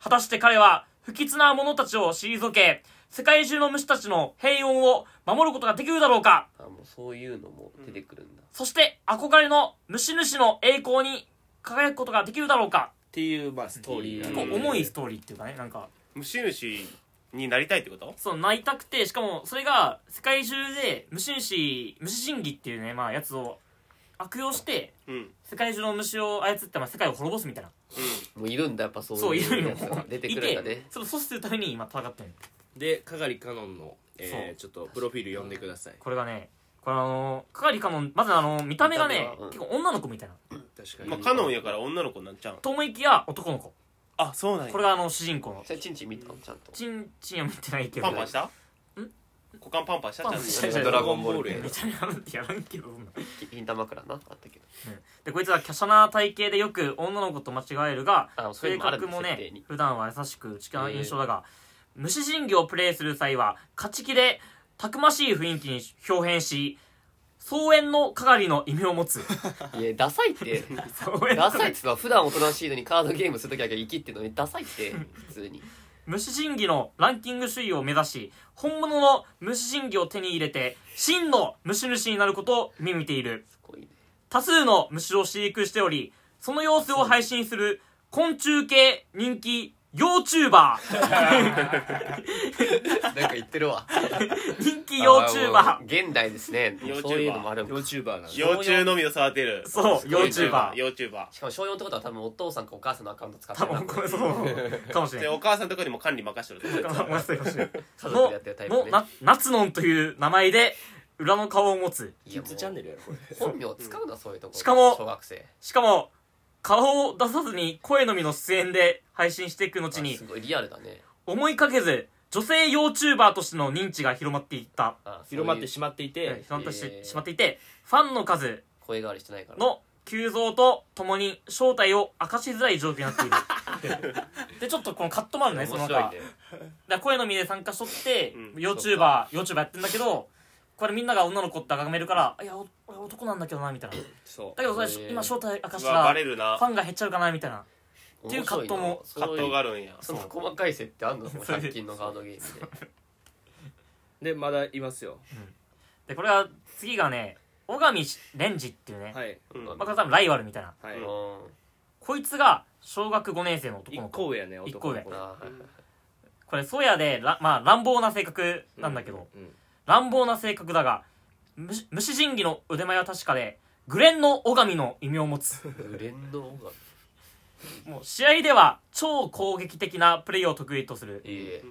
[SPEAKER 3] 果たして彼は不吉な者たちを退け、世界中の虫たちの平穏を守ることができるだろうか
[SPEAKER 4] あもうそういうのも出てくるんだ、
[SPEAKER 3] そして憧れの虫主の栄光に輝くことができるだろうか
[SPEAKER 2] っていうまあストーリー
[SPEAKER 3] 結
[SPEAKER 2] が
[SPEAKER 3] 構重いストーリーっていうかね、なんか。
[SPEAKER 5] 虫主になりたいってこと
[SPEAKER 3] その泣いたくてしかもそれが世界中で虫虫虫神技っていうねまあやつを悪用して
[SPEAKER 5] うん
[SPEAKER 3] 世界中の虫を操ってまあ世界を滅ぼすみたいな
[SPEAKER 4] もういるんだやっぱそう
[SPEAKER 3] そうい
[SPEAKER 4] いうう
[SPEAKER 3] の
[SPEAKER 4] やつが
[SPEAKER 3] も
[SPEAKER 4] 出てくるんだ
[SPEAKER 3] い
[SPEAKER 4] ね
[SPEAKER 3] それを阻止するために今戦ってる
[SPEAKER 2] でかがりかのんの、えー
[SPEAKER 3] そう
[SPEAKER 2] ちょっとプロフィール読んでください
[SPEAKER 3] これがねこれあのかがりかのまずあの見た目がね
[SPEAKER 4] 見た目はうん
[SPEAKER 3] 結構女の子みたいな
[SPEAKER 2] 確か
[SPEAKER 5] まあ
[SPEAKER 2] に
[SPEAKER 5] カノンやから女の子になっちゃうん
[SPEAKER 3] と思いきや男の子
[SPEAKER 5] あそうなん
[SPEAKER 3] これがあの主人公の
[SPEAKER 4] それチンチン見たのちゃんと
[SPEAKER 3] チンチンは見てないけど
[SPEAKER 5] パンパンした
[SPEAKER 3] ん
[SPEAKER 5] 股間パンパンしたちゃん
[SPEAKER 3] パ
[SPEAKER 5] と
[SPEAKER 3] ンパンし
[SPEAKER 4] それが
[SPEAKER 2] ド
[SPEAKER 4] ド
[SPEAKER 2] ラ
[SPEAKER 4] ラ
[SPEAKER 2] ゴ
[SPEAKER 4] ゴ
[SPEAKER 2] ン
[SPEAKER 4] ン
[SPEAKER 2] ボ
[SPEAKER 4] ボ
[SPEAKER 2] ー
[SPEAKER 4] ー
[SPEAKER 2] ル
[SPEAKER 4] ル
[SPEAKER 2] や
[SPEAKER 4] や
[SPEAKER 3] 見た目なんてやらんけどそんな
[SPEAKER 4] 銀玉枕なあったけど
[SPEAKER 3] でこいつは華奢な体型でよく女の子と間違えるが
[SPEAKER 4] あそうい
[SPEAKER 3] 性
[SPEAKER 4] うのもあるん
[SPEAKER 3] 格
[SPEAKER 4] だ
[SPEAKER 3] も
[SPEAKER 4] 設定
[SPEAKER 3] ね
[SPEAKER 4] に
[SPEAKER 3] 普段は優しく内気な印象だが虫人魚をプレイする際は勝ち気でたくましい雰囲気に表変し草園の係の異名を持 つ
[SPEAKER 4] いやダサいって
[SPEAKER 3] 草園
[SPEAKER 4] ダサいっつうのは普段おとなしいのにカードゲームするときだけ生きってんのにダサいって普通に
[SPEAKER 3] 虫人魚のランキング首位を目指し本物の虫人魚を手に入れて真の虫主になることを見見ている
[SPEAKER 4] すごいね
[SPEAKER 3] 多数の虫を飼育しており、その様子を配信する昆虫系人気 YouTuber。
[SPEAKER 4] なんか言ってるわ
[SPEAKER 3] 人気 YouTuber
[SPEAKER 4] あ。もう現代ですねもうそういうのもあるんだ
[SPEAKER 2] 幼チューバーなんで
[SPEAKER 5] 幼虫のみを育てる
[SPEAKER 3] そう
[SPEAKER 5] すごいね
[SPEAKER 3] YouTuber
[SPEAKER 5] 幼虫バ
[SPEAKER 4] しかも小4ってことは多分お父さんかお母さんのアカウント使って
[SPEAKER 3] 多
[SPEAKER 4] るな
[SPEAKER 3] 分、これそう。かもし
[SPEAKER 5] ー
[SPEAKER 3] れ
[SPEAKER 5] で
[SPEAKER 3] ない。
[SPEAKER 5] お母さんとかにも管理任せてる
[SPEAKER 3] ごめんなさい、ごめんなさい
[SPEAKER 4] 家族でやってるタイプ
[SPEAKER 3] の、
[SPEAKER 4] ね
[SPEAKER 3] な、ナツノンという名前で、裏の顔を持つ。
[SPEAKER 4] い
[SPEAKER 2] キ
[SPEAKER 4] や
[SPEAKER 2] ッ
[SPEAKER 4] も
[SPEAKER 2] ズチャン
[SPEAKER 4] う
[SPEAKER 2] ネルやろこれ
[SPEAKER 4] 本名使うなそういうとこ
[SPEAKER 3] しかも
[SPEAKER 4] 小学生
[SPEAKER 3] しかも、顔を出さずに声のみの出演で配信していく後
[SPEAKER 4] あ
[SPEAKER 3] に
[SPEAKER 4] す、ごいリアルだね
[SPEAKER 3] 思いかけず、女性 YouTuber としての認知が広まっていった。
[SPEAKER 4] あそういう
[SPEAKER 2] 広まってしまっていて、
[SPEAKER 3] 広まってししまっていて、ファンの数、
[SPEAKER 4] 声変わりしてないから
[SPEAKER 3] の急増とともに正体を明かしづらい状況になっている でちょっとこのカットもあるねその
[SPEAKER 4] 面
[SPEAKER 3] 中
[SPEAKER 4] 白い
[SPEAKER 3] だか
[SPEAKER 4] ね
[SPEAKER 3] ら声のみで参加しとって、
[SPEAKER 5] うん
[SPEAKER 3] YouTuberYouTuber やってんだけどこれみんなが女の子って崇めるから「いやお俺男なんだけどな」みたいなだ
[SPEAKER 2] そう
[SPEAKER 3] けどそれ、
[SPEAKER 4] へー
[SPEAKER 3] 今正体明かし
[SPEAKER 5] う
[SPEAKER 3] た
[SPEAKER 5] わバ
[SPEAKER 3] ら
[SPEAKER 5] レる
[SPEAKER 3] フ
[SPEAKER 5] な
[SPEAKER 3] ァンが減っちゃうかなみたいなっていう葛藤も
[SPEAKER 4] 面
[SPEAKER 5] 葛
[SPEAKER 4] 白いなそういう
[SPEAKER 5] 藤があるんや
[SPEAKER 4] その細かい設定あんの
[SPEAKER 3] それ
[SPEAKER 4] 100均のカードゲームで
[SPEAKER 2] でまだいますよ
[SPEAKER 3] でこれは次がね小上レンジっていうね、
[SPEAKER 2] はい
[SPEAKER 5] うん
[SPEAKER 3] まあ、これ多分ライバルみたいな
[SPEAKER 2] は
[SPEAKER 5] う
[SPEAKER 2] い
[SPEAKER 5] ん
[SPEAKER 4] う
[SPEAKER 3] こいつが小学5年生の男
[SPEAKER 2] 一
[SPEAKER 3] の子
[SPEAKER 2] 個上やね
[SPEAKER 3] 一
[SPEAKER 2] 男
[SPEAKER 3] 個上
[SPEAKER 2] の子
[SPEAKER 4] んあ
[SPEAKER 3] これソヤでら、まあ、乱暴な性格なんだけど、
[SPEAKER 2] うん
[SPEAKER 3] 乱暴な性格だが虫虫神技の腕前は確かでグレンの女神の異名を持つ
[SPEAKER 4] ーグレンドが
[SPEAKER 3] もう試合では超攻撃的なプレーを得意とする
[SPEAKER 4] いいえ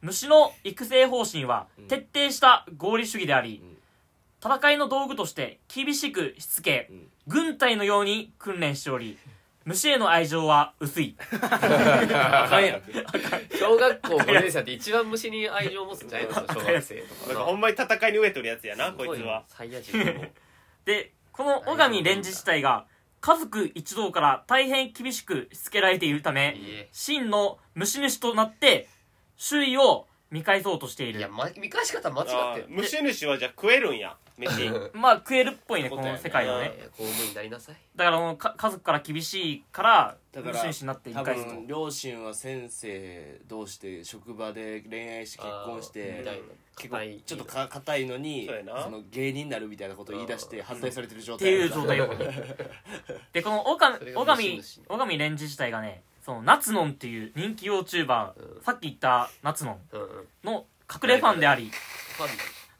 [SPEAKER 3] 虫の育成方針は
[SPEAKER 2] うん
[SPEAKER 3] 徹底した合理主義であり
[SPEAKER 2] うん
[SPEAKER 3] 戦いの道具として厳しくしつけ
[SPEAKER 2] うん
[SPEAKER 3] 軍隊のように訓練しており虫への愛情は薄い
[SPEAKER 2] あかんやん
[SPEAKER 4] 小学校5年生って一番虫に愛情持つんじゃないの小学生と
[SPEAKER 5] なん
[SPEAKER 4] か
[SPEAKER 5] か
[SPEAKER 4] な
[SPEAKER 5] ほんまに戦いに飢えてるやつやな
[SPEAKER 4] す
[SPEAKER 5] こ
[SPEAKER 4] ご
[SPEAKER 5] いつは
[SPEAKER 4] サイヤ人の
[SPEAKER 3] でこの小上レンジ自体が家族一同から大変厳しくしつけられているため
[SPEAKER 4] いいえ
[SPEAKER 3] 真の虫主となって周囲を見返そうとしてい
[SPEAKER 4] い
[SPEAKER 3] る
[SPEAKER 4] や、ま、見返し方間違
[SPEAKER 5] あ
[SPEAKER 4] って
[SPEAKER 5] ー
[SPEAKER 4] る
[SPEAKER 5] 虫主はじゃあ食えるんや飯
[SPEAKER 3] まあ食えるっぽいね
[SPEAKER 2] そ
[SPEAKER 3] こ
[SPEAKER 2] うだよ
[SPEAKER 3] の
[SPEAKER 2] ね
[SPEAKER 3] 世界はね
[SPEAKER 4] えー公務員になりなさい
[SPEAKER 3] だからもうか家族から厳しいから
[SPEAKER 2] だから
[SPEAKER 3] 虫主になって見
[SPEAKER 2] 多
[SPEAKER 3] 返すと
[SPEAKER 2] 分両親は先生同士で職場で恋愛して結婚し
[SPEAKER 4] あーみ
[SPEAKER 2] て
[SPEAKER 4] たいな
[SPEAKER 2] 結構
[SPEAKER 4] 硬い
[SPEAKER 2] ちょっとか硬いのに
[SPEAKER 5] そうやな
[SPEAKER 2] その芸人になるみたいなことを言い出して反対されてる状
[SPEAKER 3] って
[SPEAKER 2] 態
[SPEAKER 3] いう状態よでこのオカ
[SPEAKER 4] それ
[SPEAKER 3] ミ
[SPEAKER 4] が
[SPEAKER 3] オカ
[SPEAKER 4] 虫
[SPEAKER 3] ミ
[SPEAKER 4] 主ね
[SPEAKER 3] オカミレンジ自体がねその夏のんっていう人気 YouTuber、
[SPEAKER 4] うん
[SPEAKER 3] さっき言った夏のん
[SPEAKER 4] うんうんフ
[SPEAKER 3] の隠れファンであり
[SPEAKER 4] ァンだ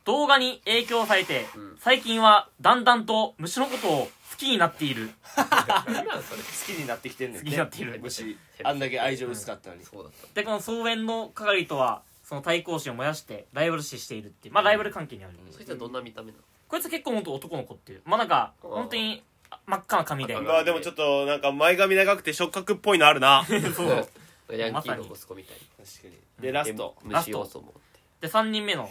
[SPEAKER 3] 動画に影響されて、
[SPEAKER 4] うん
[SPEAKER 3] 最近はだんだんと虫のことを好きになっている
[SPEAKER 4] 何なんそれ
[SPEAKER 2] 好きになってきてんね
[SPEAKER 3] 好
[SPEAKER 2] ん
[SPEAKER 3] きになっている
[SPEAKER 2] 虫あんだけ愛情薄かったのに
[SPEAKER 4] そうだった
[SPEAKER 3] でこの草原の係とはその対抗心を燃やしてライバル視しているっていうまあライバル関係にある、
[SPEAKER 4] そいつはどんな見た目なの
[SPEAKER 3] こいつ結構本当男の子っていうまあなんか
[SPEAKER 4] あー
[SPEAKER 3] 本当にあ真っ赤な髪で
[SPEAKER 5] うわでもちょっとなんか前髪長くて触覚っぽいのあるな
[SPEAKER 4] そう ヤンキーの息子みたい
[SPEAKER 2] 確かにでラスト
[SPEAKER 4] な虫要素も
[SPEAKER 3] で3人目の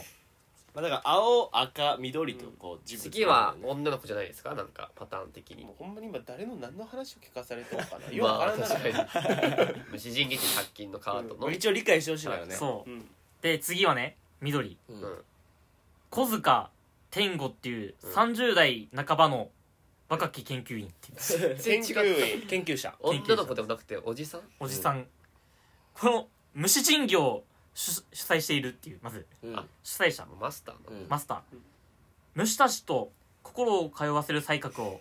[SPEAKER 2] まあだから青赤緑とこう自分
[SPEAKER 4] 次は女の子じゃないですかなんかパターン的に
[SPEAKER 5] もうほんまに今誰の何の話を聞かされてるかなよくわ
[SPEAKER 4] ま
[SPEAKER 5] か
[SPEAKER 4] あ
[SPEAKER 5] らんな
[SPEAKER 4] 確かに虫人技って100均のカードの
[SPEAKER 2] 一応理解してほしいからね
[SPEAKER 3] そう
[SPEAKER 5] うん
[SPEAKER 3] で次はね緑
[SPEAKER 2] う
[SPEAKER 4] うん
[SPEAKER 2] ん
[SPEAKER 3] 小塚天吾っていう
[SPEAKER 4] うん
[SPEAKER 3] 30代半ばの若き研究員っていう
[SPEAKER 4] 全
[SPEAKER 5] 研
[SPEAKER 4] 然違う
[SPEAKER 5] 究員
[SPEAKER 2] 研究者
[SPEAKER 4] 女の子でもなくておじさん
[SPEAKER 3] おじさん、この虫人形を主主催しているっていうまず
[SPEAKER 2] うん
[SPEAKER 4] あ
[SPEAKER 3] 主催者
[SPEAKER 4] マスターなの
[SPEAKER 2] うん
[SPEAKER 3] マスター虫たちと心を通わせる才覚を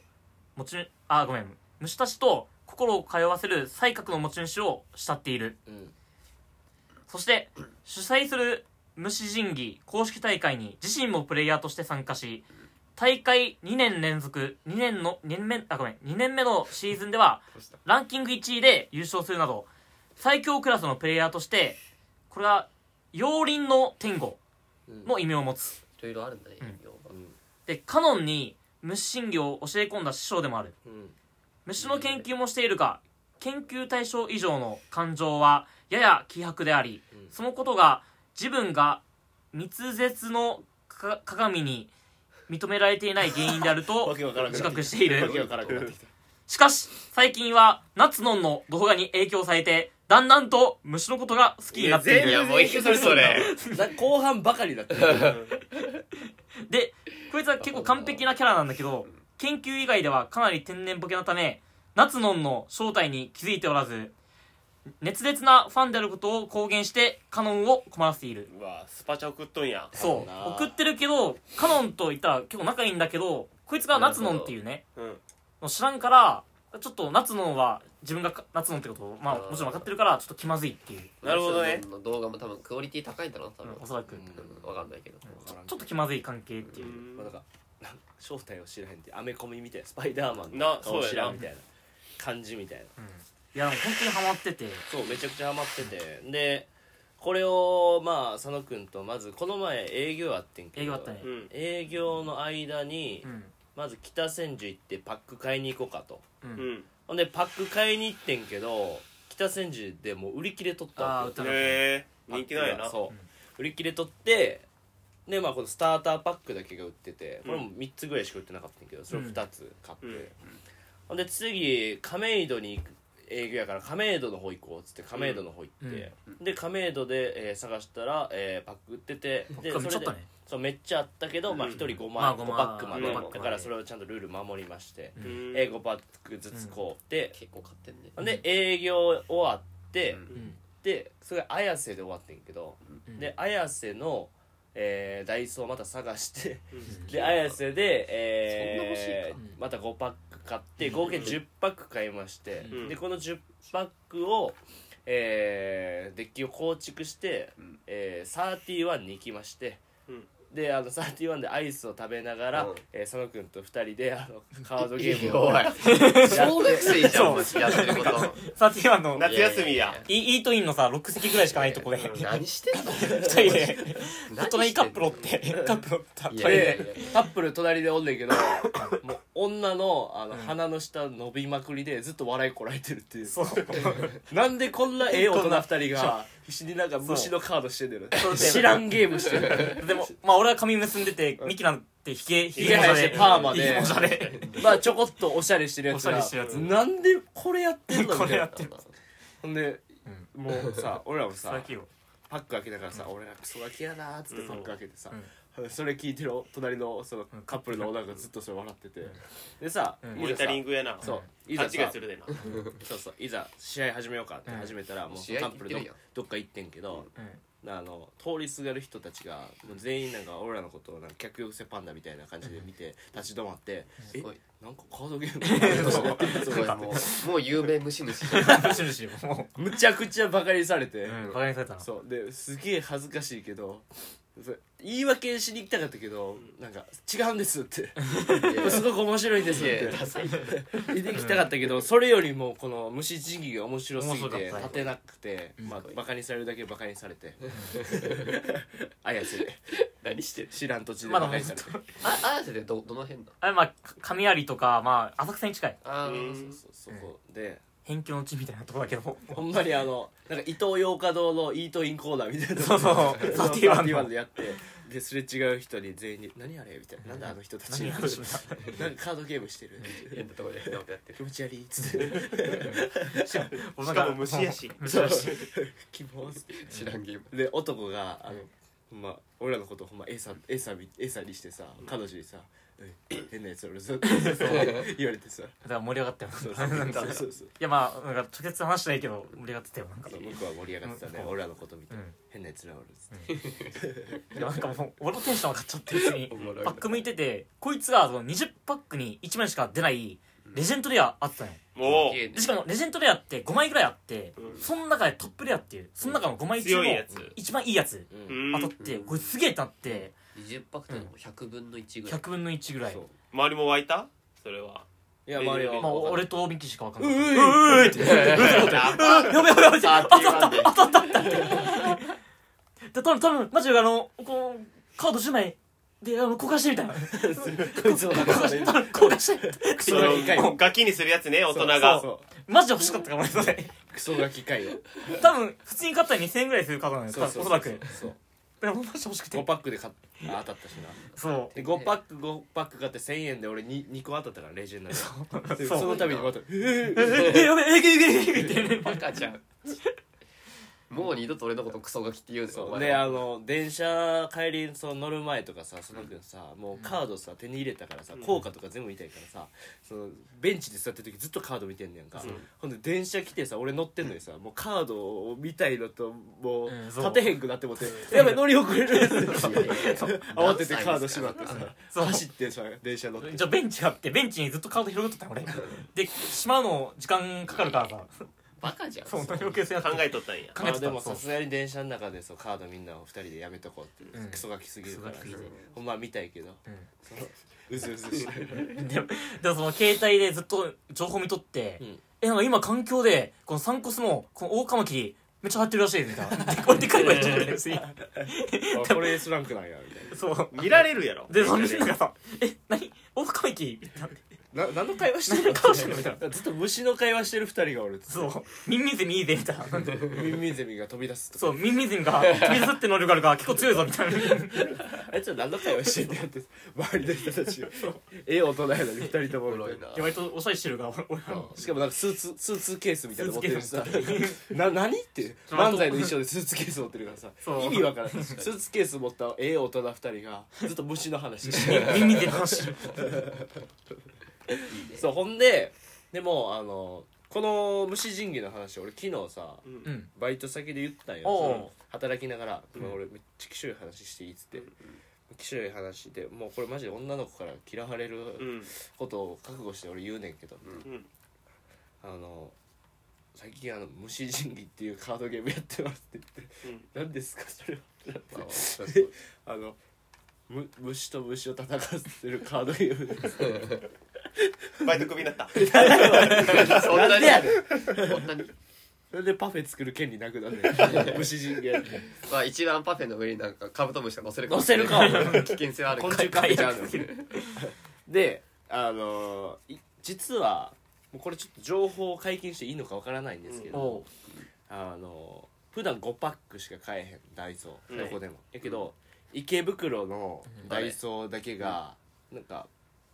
[SPEAKER 3] 持ちあごめん虫たちと心を通わせる才覚の持ち主を慕っている
[SPEAKER 2] うん
[SPEAKER 3] そして主催する虫神技公式大会に自身もプレイヤーとして参加し大会2年連続2年の2年目あごめん2年目のシーズンでは
[SPEAKER 4] どうした
[SPEAKER 3] ランキング1位で優勝するなど最強クラスのプレイヤーとしてこれは妖輪の天狗
[SPEAKER 2] うん
[SPEAKER 3] の異名を持つ
[SPEAKER 4] いろいろあるんだね
[SPEAKER 3] うん
[SPEAKER 4] 異名が
[SPEAKER 2] うん
[SPEAKER 3] でカノンに虫神技を教え込んだ師匠でもある
[SPEAKER 2] うん
[SPEAKER 3] 虫の研究もしているが研究対象以上の感情はやや希薄であり、
[SPEAKER 2] うん
[SPEAKER 3] そのことが自分が密絶のか鏡に認められていない原因である と
[SPEAKER 2] わけわからんく
[SPEAKER 3] 自
[SPEAKER 2] なってきた
[SPEAKER 3] 覚してい
[SPEAKER 2] わけわ
[SPEAKER 3] る
[SPEAKER 2] からんくなってきた
[SPEAKER 3] しかし最近は夏のんの動画に影響されてだんだんと虫のことが好きになってい
[SPEAKER 5] い
[SPEAKER 3] る
[SPEAKER 5] やもう一緒それそれ
[SPEAKER 2] だ後半ばかりだったよ
[SPEAKER 3] でこいつは結構完璧なキャラなんだけど研究以外ではかなり天然ボケなため夏のんの正体に気づいておらず熱烈なファンであることを公言してカノンを困らせている
[SPEAKER 5] うわスパチャ送っとんや
[SPEAKER 2] なる
[SPEAKER 3] そ
[SPEAKER 2] ほ
[SPEAKER 3] う
[SPEAKER 2] どな
[SPEAKER 3] 送ってるけどカノンと言ったら結構仲いいんだけどこいつが夏のんっていうね
[SPEAKER 5] うん
[SPEAKER 3] の知らんからちょっと夏のんは自分がか夏のんってことをまあもちろん分かってるからちょっと気まずいっていう、
[SPEAKER 5] なるほどね
[SPEAKER 4] の動画も多分クオリティ高いんだろうな多
[SPEAKER 3] うん
[SPEAKER 4] 分
[SPEAKER 3] おそらく、
[SPEAKER 2] うん
[SPEAKER 4] うんわかんないけど
[SPEAKER 3] ちょちょっと気まずい関係っていう、
[SPEAKER 2] まあだからなん正体を知らへんってアメコミみたいなスパイダーマン
[SPEAKER 5] な
[SPEAKER 2] の顔知らん
[SPEAKER 5] そ
[SPEAKER 2] みたいな感じみたいない
[SPEAKER 3] やでも本当にハマってて
[SPEAKER 2] そうめちゃくちゃハマっててでこれをまあ佐野君とまずこの前営業あってんけど
[SPEAKER 3] 営業あったね
[SPEAKER 5] うん
[SPEAKER 2] 営業の間に
[SPEAKER 3] うん
[SPEAKER 2] まず北千住行ってパック買いに行こうかと
[SPEAKER 3] うん、
[SPEAKER 5] うん
[SPEAKER 2] ほんでパック買いに行ってんけど北千住でもう売り切れとったわけ
[SPEAKER 3] あー売
[SPEAKER 5] へ
[SPEAKER 3] っ
[SPEAKER 5] え人気なんや
[SPEAKER 2] パック
[SPEAKER 5] な
[SPEAKER 2] がそう
[SPEAKER 3] うん
[SPEAKER 2] 売り切れとってでまあこのスターターパックだけが売っててこれも3つぐらいしか売ってなかったんやけどそれを2つ買って、
[SPEAKER 5] うんうん
[SPEAKER 2] ほんで次亀戸に行く営業やから亀戸の方行こうっつって亀戸の方行って、で亀戸で、えー探したら、えーパック売っててで
[SPEAKER 3] パッ
[SPEAKER 2] そ
[SPEAKER 3] クめっち
[SPEAKER 2] れ
[SPEAKER 3] ゃあっ
[SPEAKER 2] で
[SPEAKER 3] たね
[SPEAKER 2] そうめっちゃあったけど、まあ、1人5
[SPEAKER 3] まあ
[SPEAKER 2] 万、
[SPEAKER 3] 五
[SPEAKER 2] 五
[SPEAKER 3] 万
[SPEAKER 2] パックまで、
[SPEAKER 5] 五パックま
[SPEAKER 3] で
[SPEAKER 2] だからそれをちゃんとルール守りまして、
[SPEAKER 5] う
[SPEAKER 2] え
[SPEAKER 5] ん
[SPEAKER 2] ー5パックずつこうで、
[SPEAKER 4] 結構買ってんね
[SPEAKER 2] ほんで営業終わって、
[SPEAKER 4] うん
[SPEAKER 3] うん
[SPEAKER 2] でそれ綾瀬で終わってんけど、で綾瀬の、えーダイソーまた探して
[SPEAKER 5] うん
[SPEAKER 2] で綾瀬で、え
[SPEAKER 4] そ
[SPEAKER 2] ー
[SPEAKER 4] んな欲しい
[SPEAKER 2] また5パック買って合計10パック買いまして、
[SPEAKER 5] うん
[SPEAKER 2] でこの10パックを、えーデッキを構築して、
[SPEAKER 4] うん
[SPEAKER 2] えー、31に行きまして。
[SPEAKER 5] うん
[SPEAKER 2] であの31でアイスを食べながら、
[SPEAKER 4] うん
[SPEAKER 2] えー佐野君と2人であのカードゲ
[SPEAKER 4] い
[SPEAKER 2] ー
[SPEAKER 4] や
[SPEAKER 2] ムを
[SPEAKER 4] おい小学生じゃんマジやってること
[SPEAKER 3] サーティワンの
[SPEAKER 5] 夏休みや
[SPEAKER 3] イイートインのさ6席ぐらいしかないとこで
[SPEAKER 5] うん
[SPEAKER 3] 2
[SPEAKER 4] 何してんの
[SPEAKER 3] 人で大人にカップ
[SPEAKER 4] ロ
[SPEAKER 3] ロってカップロったト
[SPEAKER 4] い
[SPEAKER 3] イ
[SPEAKER 4] やいや
[SPEAKER 3] レ
[SPEAKER 4] いや
[SPEAKER 2] でカップル隣でおんねんけどもう女のあの鼻の下伸びまくりでずっと笑いこらえてるっていう
[SPEAKER 3] そう
[SPEAKER 2] なんでこんなええ大人2人が必死になんか虫のカードしてんねん
[SPEAKER 3] そう
[SPEAKER 2] 知らんゲームしてる
[SPEAKER 3] でもまあ俺は髪結んでてミキなんてひげひ
[SPEAKER 2] ひげ生やしてパーマで
[SPEAKER 3] ひげもじゃで
[SPEAKER 2] まあちょこっとおしゃれしてるやつ
[SPEAKER 3] おしゃれ
[SPEAKER 2] が
[SPEAKER 3] してるやつ
[SPEAKER 2] なんでこれやってんのみた
[SPEAKER 3] こ
[SPEAKER 2] いな
[SPEAKER 3] れやってる
[SPEAKER 2] ほんで、もうさ俺らもさ
[SPEAKER 3] 最近を
[SPEAKER 2] パック開けながらさ、俺らクソガキやなーっつってパック開けてさ、
[SPEAKER 3] う
[SPEAKER 2] それ聞いてる隣のそのカップルの女がずっとそれ笑ってて、でさ、
[SPEAKER 3] うん
[SPEAKER 5] モニタリングやな
[SPEAKER 2] そういざ
[SPEAKER 5] 勘
[SPEAKER 2] さ
[SPEAKER 5] 違いするでな
[SPEAKER 2] そうそういざ試合始めようかって始めたら、もう
[SPEAKER 4] 試合
[SPEAKER 2] カップルど
[SPEAKER 4] 行ってるやん
[SPEAKER 2] どっか行ってんけど、あの通りすがる人たちがもう全員なんか俺らのことをなんか客寄せパンダみたいな感じで見て立ち止まって「え
[SPEAKER 4] ごい
[SPEAKER 2] なんかカードゲーム やってるやつ
[SPEAKER 4] すごい
[SPEAKER 2] が
[SPEAKER 4] もうもう有名虫虫
[SPEAKER 3] むしむしも
[SPEAKER 2] むちゃくちゃバカにされて、
[SPEAKER 3] ううんバカにされたな
[SPEAKER 2] そうですげえ恥ずかしいけどそれ言い訳しに行きたかったけどなんか「違うんです」 って「すごく面白いです」って言ってきたかったけどそれよりもこの虫人技が面白すぎ
[SPEAKER 3] 面
[SPEAKER 2] て
[SPEAKER 3] 白かった
[SPEAKER 2] 立てなくてまあバカにされるだけバカにされ て綾瀬で
[SPEAKER 4] 何してる
[SPEAKER 2] 知らん土地で
[SPEAKER 3] ま
[SPEAKER 2] バ
[SPEAKER 3] だ
[SPEAKER 2] カにされて
[SPEAKER 4] あ綾瀬でどどの辺だ
[SPEAKER 3] あれまあ神有とかまあ浅草に近い
[SPEAKER 4] あ
[SPEAKER 5] うん
[SPEAKER 4] ー
[SPEAKER 2] そうそうそこで
[SPEAKER 3] 辺境の地みたいなとこだけ ども
[SPEAKER 2] ほんまにあのなんか伊東洋華堂のイートインコーナーみたいな
[SPEAKER 3] そうそう
[SPEAKER 2] サティ
[SPEAKER 3] 31の
[SPEAKER 2] ワンでやってですれ違う人に全員に「何あれ?」みたいな「なんであの人たち」
[SPEAKER 3] 何話し
[SPEAKER 2] なんかカードゲームしてる
[SPEAKER 4] 変なとこで変なことやってる
[SPEAKER 2] 気持ち悪いっつって
[SPEAKER 5] しかも虫やし
[SPEAKER 3] 虫やし
[SPEAKER 2] 希望っつって
[SPEAKER 4] 知らん ゲーム
[SPEAKER 2] で男があの、ほんま俺らのことほんま餌餌み餌にしてさ彼女にさ「変なやつ俺ずっと」言われてさ
[SPEAKER 3] だから盛り上がったよ
[SPEAKER 2] そうそう
[SPEAKER 3] なんか
[SPEAKER 2] そう
[SPEAKER 3] い
[SPEAKER 2] そうそう
[SPEAKER 3] やまあなんか直接話してないけど盛り上がってたよなんか
[SPEAKER 2] 向こうは盛り上がってたね
[SPEAKER 3] うん
[SPEAKER 2] 俺らのこと見て
[SPEAKER 3] うん
[SPEAKER 2] 変なやつらおるっつって
[SPEAKER 3] いやなんかもう俺のテンション上がっちゃって別に
[SPEAKER 4] もろい
[SPEAKER 3] パ
[SPEAKER 4] な
[SPEAKER 3] ック向いててこいつがその20パックに1枚しか出ないレジェンドレアあったのよ
[SPEAKER 5] も
[SPEAKER 4] ゲー
[SPEAKER 5] う
[SPEAKER 4] ム
[SPEAKER 3] でしかもレジェンドレアって5枚ぐらいあって
[SPEAKER 5] うん
[SPEAKER 3] その中でトップレアっていうその中の5枚中の
[SPEAKER 5] 強いやつ
[SPEAKER 3] 一番いいやつ
[SPEAKER 2] うん
[SPEAKER 5] うん
[SPEAKER 3] 当たってこれすげえってなって
[SPEAKER 4] 20パックというのも100分の1ぐらい
[SPEAKER 3] 100分の1ぐらい
[SPEAKER 2] そう
[SPEAKER 5] 周りも湧いたそれはい
[SPEAKER 2] や周りは
[SPEAKER 3] まあ
[SPEAKER 2] わかんない
[SPEAKER 3] 俺とミキしか分かんないうう
[SPEAKER 2] いう
[SPEAKER 3] ーいってやべやべやべ
[SPEAKER 4] あって言わんで
[SPEAKER 3] で多分多分マジであのこうカード10枚であの交換してみたいな
[SPEAKER 2] こいつもなんかそれ
[SPEAKER 3] 多分交換して
[SPEAKER 2] ク
[SPEAKER 5] そ
[SPEAKER 2] ソガキか
[SPEAKER 5] の
[SPEAKER 2] よ
[SPEAKER 5] ガキにするやつね大人
[SPEAKER 2] そ
[SPEAKER 5] が
[SPEAKER 2] うそう
[SPEAKER 3] マジで欲しかったから俺それ
[SPEAKER 2] クソガキかよ
[SPEAKER 3] 多分普通に買ったら2000円ぐらいするカードなんです
[SPEAKER 2] そう
[SPEAKER 3] お
[SPEAKER 2] そう
[SPEAKER 3] そ
[SPEAKER 2] そ
[SPEAKER 3] ら
[SPEAKER 2] う
[SPEAKER 3] く
[SPEAKER 2] そう
[SPEAKER 3] でもマジで欲しく
[SPEAKER 2] 5
[SPEAKER 3] て
[SPEAKER 2] パックで買っあ当たったしな
[SPEAKER 3] そう
[SPEAKER 2] で5パック5パック買って1000円で俺 2, 二個当たったからレジェンドでで
[SPEAKER 3] そう
[SPEAKER 2] そのためにまた「え
[SPEAKER 3] えええやべえええええええええ
[SPEAKER 4] バカじゃん もう二度と俺のことクソガキって言うね
[SPEAKER 2] そ
[SPEAKER 4] お
[SPEAKER 2] う
[SPEAKER 4] 前
[SPEAKER 2] で
[SPEAKER 4] は
[SPEAKER 2] あの電車帰りその乗る前とかさその君さもうカードさ手に入れたからさ効果とか全部見たいからさそのベンチで座ってる時ずっとカード見てんねやんかほんで電車来てさ俺乗ってんのにさもうカードを見たいのともう
[SPEAKER 3] うんそう
[SPEAKER 2] 立てへんくなってもって「やばい乗り遅れる」って慌ててカードしまってさ
[SPEAKER 3] そう
[SPEAKER 2] 走ってさ電車乗って
[SPEAKER 3] じゃあベンチがあってベンチにずっとカード広がっとったの俺でしまうの時間かかるからさ
[SPEAKER 4] バカじゃん
[SPEAKER 3] そう余計せやって
[SPEAKER 5] 考えとったんや
[SPEAKER 3] 考
[SPEAKER 2] ま
[SPEAKER 3] え
[SPEAKER 2] あ
[SPEAKER 3] て
[SPEAKER 2] で
[SPEAKER 3] た
[SPEAKER 2] も
[SPEAKER 3] そ
[SPEAKER 2] さ
[SPEAKER 3] う
[SPEAKER 2] すがに電車の中でそうカードみんなを2人でやめとこうって、
[SPEAKER 3] うん
[SPEAKER 2] クソガキすぎるから
[SPEAKER 3] クソガキすぎる
[SPEAKER 2] ほんまは見たいけど、
[SPEAKER 3] うん
[SPEAKER 2] そのうずうずして る
[SPEAKER 3] でもでもその携帯でずっと情報見とって、
[SPEAKER 2] うん
[SPEAKER 3] えなんか今環境でこのサンコスのこのオオカマキリめっちゃ入ってるらしいみたいなでこれでっかい声で言っちゃって別に
[SPEAKER 2] あこれ S ランクなんやみたいな
[SPEAKER 3] そう
[SPEAKER 5] 見られるやろ
[SPEAKER 3] でそのみんながさ「え何オオカマキリ?」みたいな
[SPEAKER 2] な何の会話してるの
[SPEAKER 3] 顔してんのみたい
[SPEAKER 2] ずっと虫の会話してる二人がおる
[SPEAKER 3] そうミンミンゼミいいでみたいな
[SPEAKER 2] ミンミンゼミが飛び出すと
[SPEAKER 3] そうミンミンゼミが飛び出すって能力あるから結構強いぞみ たいな
[SPEAKER 2] あいつら何の会話してんのやって 周りの人たちがええ大人やのに二人と
[SPEAKER 4] お
[SPEAKER 2] も
[SPEAKER 4] もろいな
[SPEAKER 3] で割とおしゃれしてるから俺ら
[SPEAKER 2] しかもなんかスーツスーツケースみたいなの持ってるしさ
[SPEAKER 3] スーツケー
[SPEAKER 2] な何って
[SPEAKER 3] そうあと
[SPEAKER 2] 漫才の衣装でスーツケース持ってるからさ
[SPEAKER 3] そう
[SPEAKER 2] 意味わからんスーツケース持ったええ大人二人がずっと虫の話 してる
[SPEAKER 3] ミンミンゼミの話
[SPEAKER 2] そうほんででもあのこの虫神器の話俺昨日さ、
[SPEAKER 3] うん
[SPEAKER 2] バイト先で言ってたんよ
[SPEAKER 3] おう
[SPEAKER 2] その働きながら「今俺めっちゃきしょい話していい」っつって。きしょい話でもうこれマジで女の子から嫌われ
[SPEAKER 5] う
[SPEAKER 2] る
[SPEAKER 5] ん
[SPEAKER 2] ことを覚悟して俺言うねんけど、
[SPEAKER 5] うん
[SPEAKER 2] あの最近あの虫神器っていうカードゲームやってますって言って、
[SPEAKER 5] うん
[SPEAKER 2] 何ですかそれは
[SPEAKER 4] まあ
[SPEAKER 2] あのむ虫と虫を戦わせるカードゲーム です
[SPEAKER 5] バイトクビになった
[SPEAKER 4] そんなに
[SPEAKER 2] や
[SPEAKER 4] そんなに
[SPEAKER 2] それでパフェ作る権利なくなる ねん虫神器やって
[SPEAKER 4] まあ一番パフェの上になんかカブトムシが乗せる
[SPEAKER 2] 乗せるかも
[SPEAKER 4] 危険性はあるか
[SPEAKER 2] 昆
[SPEAKER 4] ら
[SPEAKER 2] 虫カフェちゃうのであのい実はもうこれちょっと情報を解禁していいのかわからないんですけど、
[SPEAKER 3] おう
[SPEAKER 2] あの普段5パックしか買えへんダイソ
[SPEAKER 5] うん
[SPEAKER 2] ーどこでも、やけど池袋のダイソーだけがなんか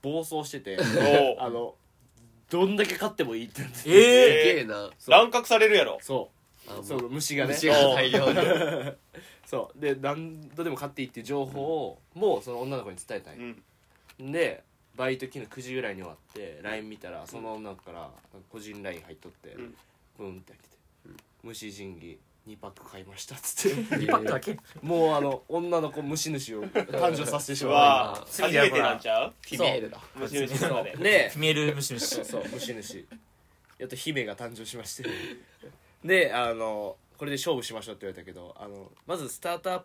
[SPEAKER 2] 暴走してて、
[SPEAKER 5] お
[SPEAKER 2] あのどんだけ買ってもいいってなって
[SPEAKER 4] す
[SPEAKER 3] ええ
[SPEAKER 4] げえな
[SPEAKER 5] 乱獲されるやろ
[SPEAKER 2] そうその虫がね
[SPEAKER 4] 虫が大量に
[SPEAKER 2] そうで何度でも買っていいっていう情報を、もうその女の子に伝えたい、
[SPEAKER 5] うん
[SPEAKER 2] でバイト昨日9時ぐらいに終わって LINE 見たらその女の子から個人 LINE 入っとって、
[SPEAKER 5] ん
[SPEAKER 2] ブンって入ってて「虫神器2パック買いました」っつって
[SPEAKER 3] ー、2パックだけ
[SPEAKER 2] もうあの女の子虫主を誕生させてし
[SPEAKER 5] う
[SPEAKER 2] ま
[SPEAKER 5] わ
[SPEAKER 2] う
[SPEAKER 5] あ初
[SPEAKER 3] 次だ
[SPEAKER 5] め
[SPEAKER 3] よこ
[SPEAKER 5] て
[SPEAKER 3] れ
[SPEAKER 5] なんちゃう
[SPEAKER 4] ピメールだ
[SPEAKER 5] 虫主の中で
[SPEAKER 2] 今で
[SPEAKER 3] 見えるムシムシ
[SPEAKER 2] そう虫主やっと姫が誕生しましてであのこれで勝負しましょうって言われたけどあのまずスターター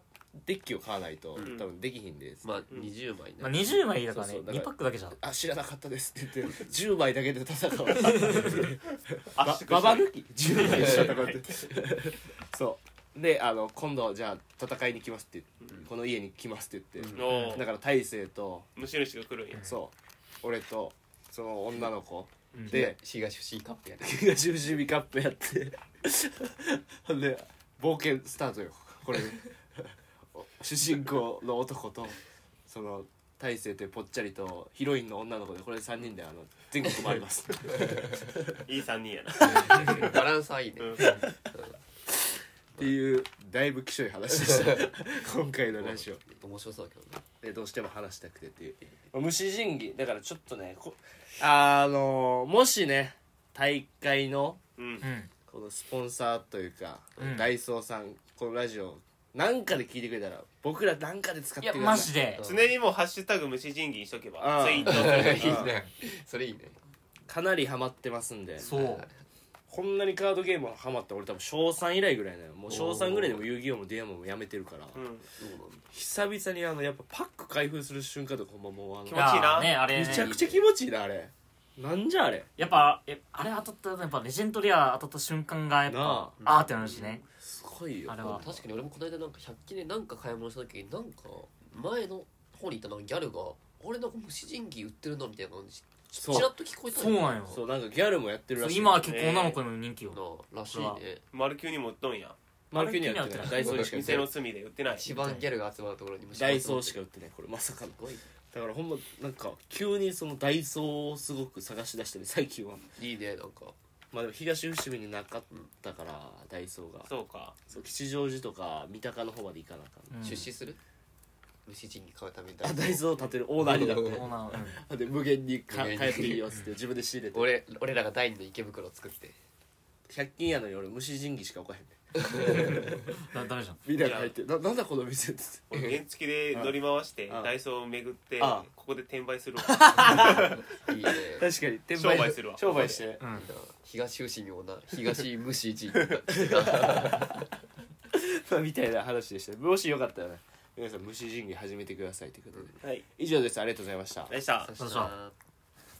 [SPEAKER 2] デッキを買わないと、多分できひんです、
[SPEAKER 4] まあ20枚ね
[SPEAKER 3] まあ、20枚だからね
[SPEAKER 2] そうそうだから
[SPEAKER 3] 2パックだけじゃん
[SPEAKER 2] あ知らなかったですって言って10枚だけで戦 うバ
[SPEAKER 5] 圧縮
[SPEAKER 2] バ
[SPEAKER 5] して
[SPEAKER 2] バ
[SPEAKER 5] る
[SPEAKER 2] 抜き10枚で戦うってそうであの今度じゃあ戦いに来ますって言って、この家に来ますって言って、
[SPEAKER 5] お
[SPEAKER 2] だ
[SPEAKER 5] ー
[SPEAKER 2] から大勢と
[SPEAKER 5] 虫主が来るんや
[SPEAKER 2] そう俺とその女の子、
[SPEAKER 3] ん
[SPEAKER 2] で
[SPEAKER 4] 東伏カップやね
[SPEAKER 2] 東伏見カップやってほんで冒険スタートよこれ主人公の男とその大勢とぽっちゃりとヒロインの女の子でこれ3人であの全国回ります
[SPEAKER 5] いい三人やな
[SPEAKER 4] バランスはいいね
[SPEAKER 5] うん
[SPEAKER 2] っていうだいぶきしょい話でした今回のラジオ
[SPEAKER 4] 面白そうだけどね
[SPEAKER 2] でどうしても話したくてっていう虫神器だからちょっとねこあのもしね大会の
[SPEAKER 5] うん
[SPEAKER 3] うん
[SPEAKER 2] このスポンサーというか、
[SPEAKER 3] うん
[SPEAKER 2] ダイソーさんこのラジオなんかで聞いてくれたら僕らなんかで使っ
[SPEAKER 3] い
[SPEAKER 2] て
[SPEAKER 3] や
[SPEAKER 2] く
[SPEAKER 3] マ
[SPEAKER 2] だ
[SPEAKER 3] ジ
[SPEAKER 2] さい
[SPEAKER 3] で
[SPEAKER 5] 常にもうハッシュタグ虫人気にしとけば
[SPEAKER 2] うん
[SPEAKER 5] ツイートす
[SPEAKER 4] い
[SPEAKER 5] る
[SPEAKER 4] いね それいいね
[SPEAKER 2] かなりハマってますんで
[SPEAKER 3] そう
[SPEAKER 2] こんなにカードゲームハマった俺多分小3以来ぐらいだよもう小3ぐらいでも遊戯王もディアモンもやめてるから、
[SPEAKER 5] うん
[SPEAKER 4] そうなんだ
[SPEAKER 2] 久々にあのやっぱパック開封する瞬間とかほんまもうあ
[SPEAKER 5] 気
[SPEAKER 2] の
[SPEAKER 5] 持ちいいな
[SPEAKER 3] やねあれね
[SPEAKER 2] めちゃくちゃ気持ちいいなあれなんじゃあれ
[SPEAKER 3] やっぱえあれ当たったやっぱレジェンドレア当たった瞬間がやっぱ
[SPEAKER 2] な
[SPEAKER 3] ああーってなるしね
[SPEAKER 2] すごいよ
[SPEAKER 3] あれ
[SPEAKER 4] あ
[SPEAKER 3] は
[SPEAKER 4] 確かに俺もこの間なんか100均でなんか買い物した時になんか前の方にいたなんかギャルが「俺なんか虫人気売ってるな」みたいな感じ
[SPEAKER 2] そ
[SPEAKER 4] ちら
[SPEAKER 2] う
[SPEAKER 4] っと聞こえた
[SPEAKER 3] そうなん
[SPEAKER 4] や
[SPEAKER 3] よ
[SPEAKER 2] そうなんかギャルもやってる
[SPEAKER 3] そ
[SPEAKER 2] ら
[SPEAKER 3] う
[SPEAKER 2] しい
[SPEAKER 3] 今は結構女の子にも人気よ、
[SPEAKER 4] らしいね
[SPEAKER 5] マルキューにも売っとんや
[SPEAKER 2] マルキューには売ってないダイソーにしか売って
[SPEAKER 5] 店
[SPEAKER 2] な
[SPEAKER 5] の
[SPEAKER 2] い
[SPEAKER 5] 隅で売ってない
[SPEAKER 4] 一番ギャルが集まるところに虫
[SPEAKER 2] ダイソーしか売
[SPEAKER 4] す
[SPEAKER 2] ってないこれまさかの
[SPEAKER 4] ごい
[SPEAKER 2] だからほんまなんか急にそのダイソーをすごく探し出してる最近はい
[SPEAKER 4] いねなんか
[SPEAKER 2] まあでも東伏見になかったからダイソーが
[SPEAKER 5] そうか
[SPEAKER 2] そう吉祥寺とか三鷹の方まで行かなあか
[SPEAKER 3] うんん、
[SPEAKER 4] 出資する虫人気買うために
[SPEAKER 2] あダイソーを建てるオーナーになっ
[SPEAKER 3] そうなんうん
[SPEAKER 2] てで無限にか
[SPEAKER 4] 無限に
[SPEAKER 2] 買っていいよっつって自分で仕入れて
[SPEAKER 4] 俺俺らが第二の池袋を作って
[SPEAKER 2] 100均やのに俺虫神器しか置かへんね
[SPEAKER 3] だダメじゃん
[SPEAKER 2] みんなが入ってななんだこの店っつって
[SPEAKER 5] 俺原付で乗り回して
[SPEAKER 2] うん
[SPEAKER 5] ダイソーを巡って
[SPEAKER 2] あ
[SPEAKER 5] ここで転売す るわ
[SPEAKER 4] いいね
[SPEAKER 2] 確かに転
[SPEAKER 5] 商売するわ
[SPEAKER 2] 商売して
[SPEAKER 3] うん
[SPEAKER 4] 東伏見もな東虫人気
[SPEAKER 2] まあみたいな話でしたもしよかったらね皆さん虫神器始めてくださいということで
[SPEAKER 5] はい
[SPEAKER 2] 以上ですありがとうございました
[SPEAKER 5] でした
[SPEAKER 4] そうした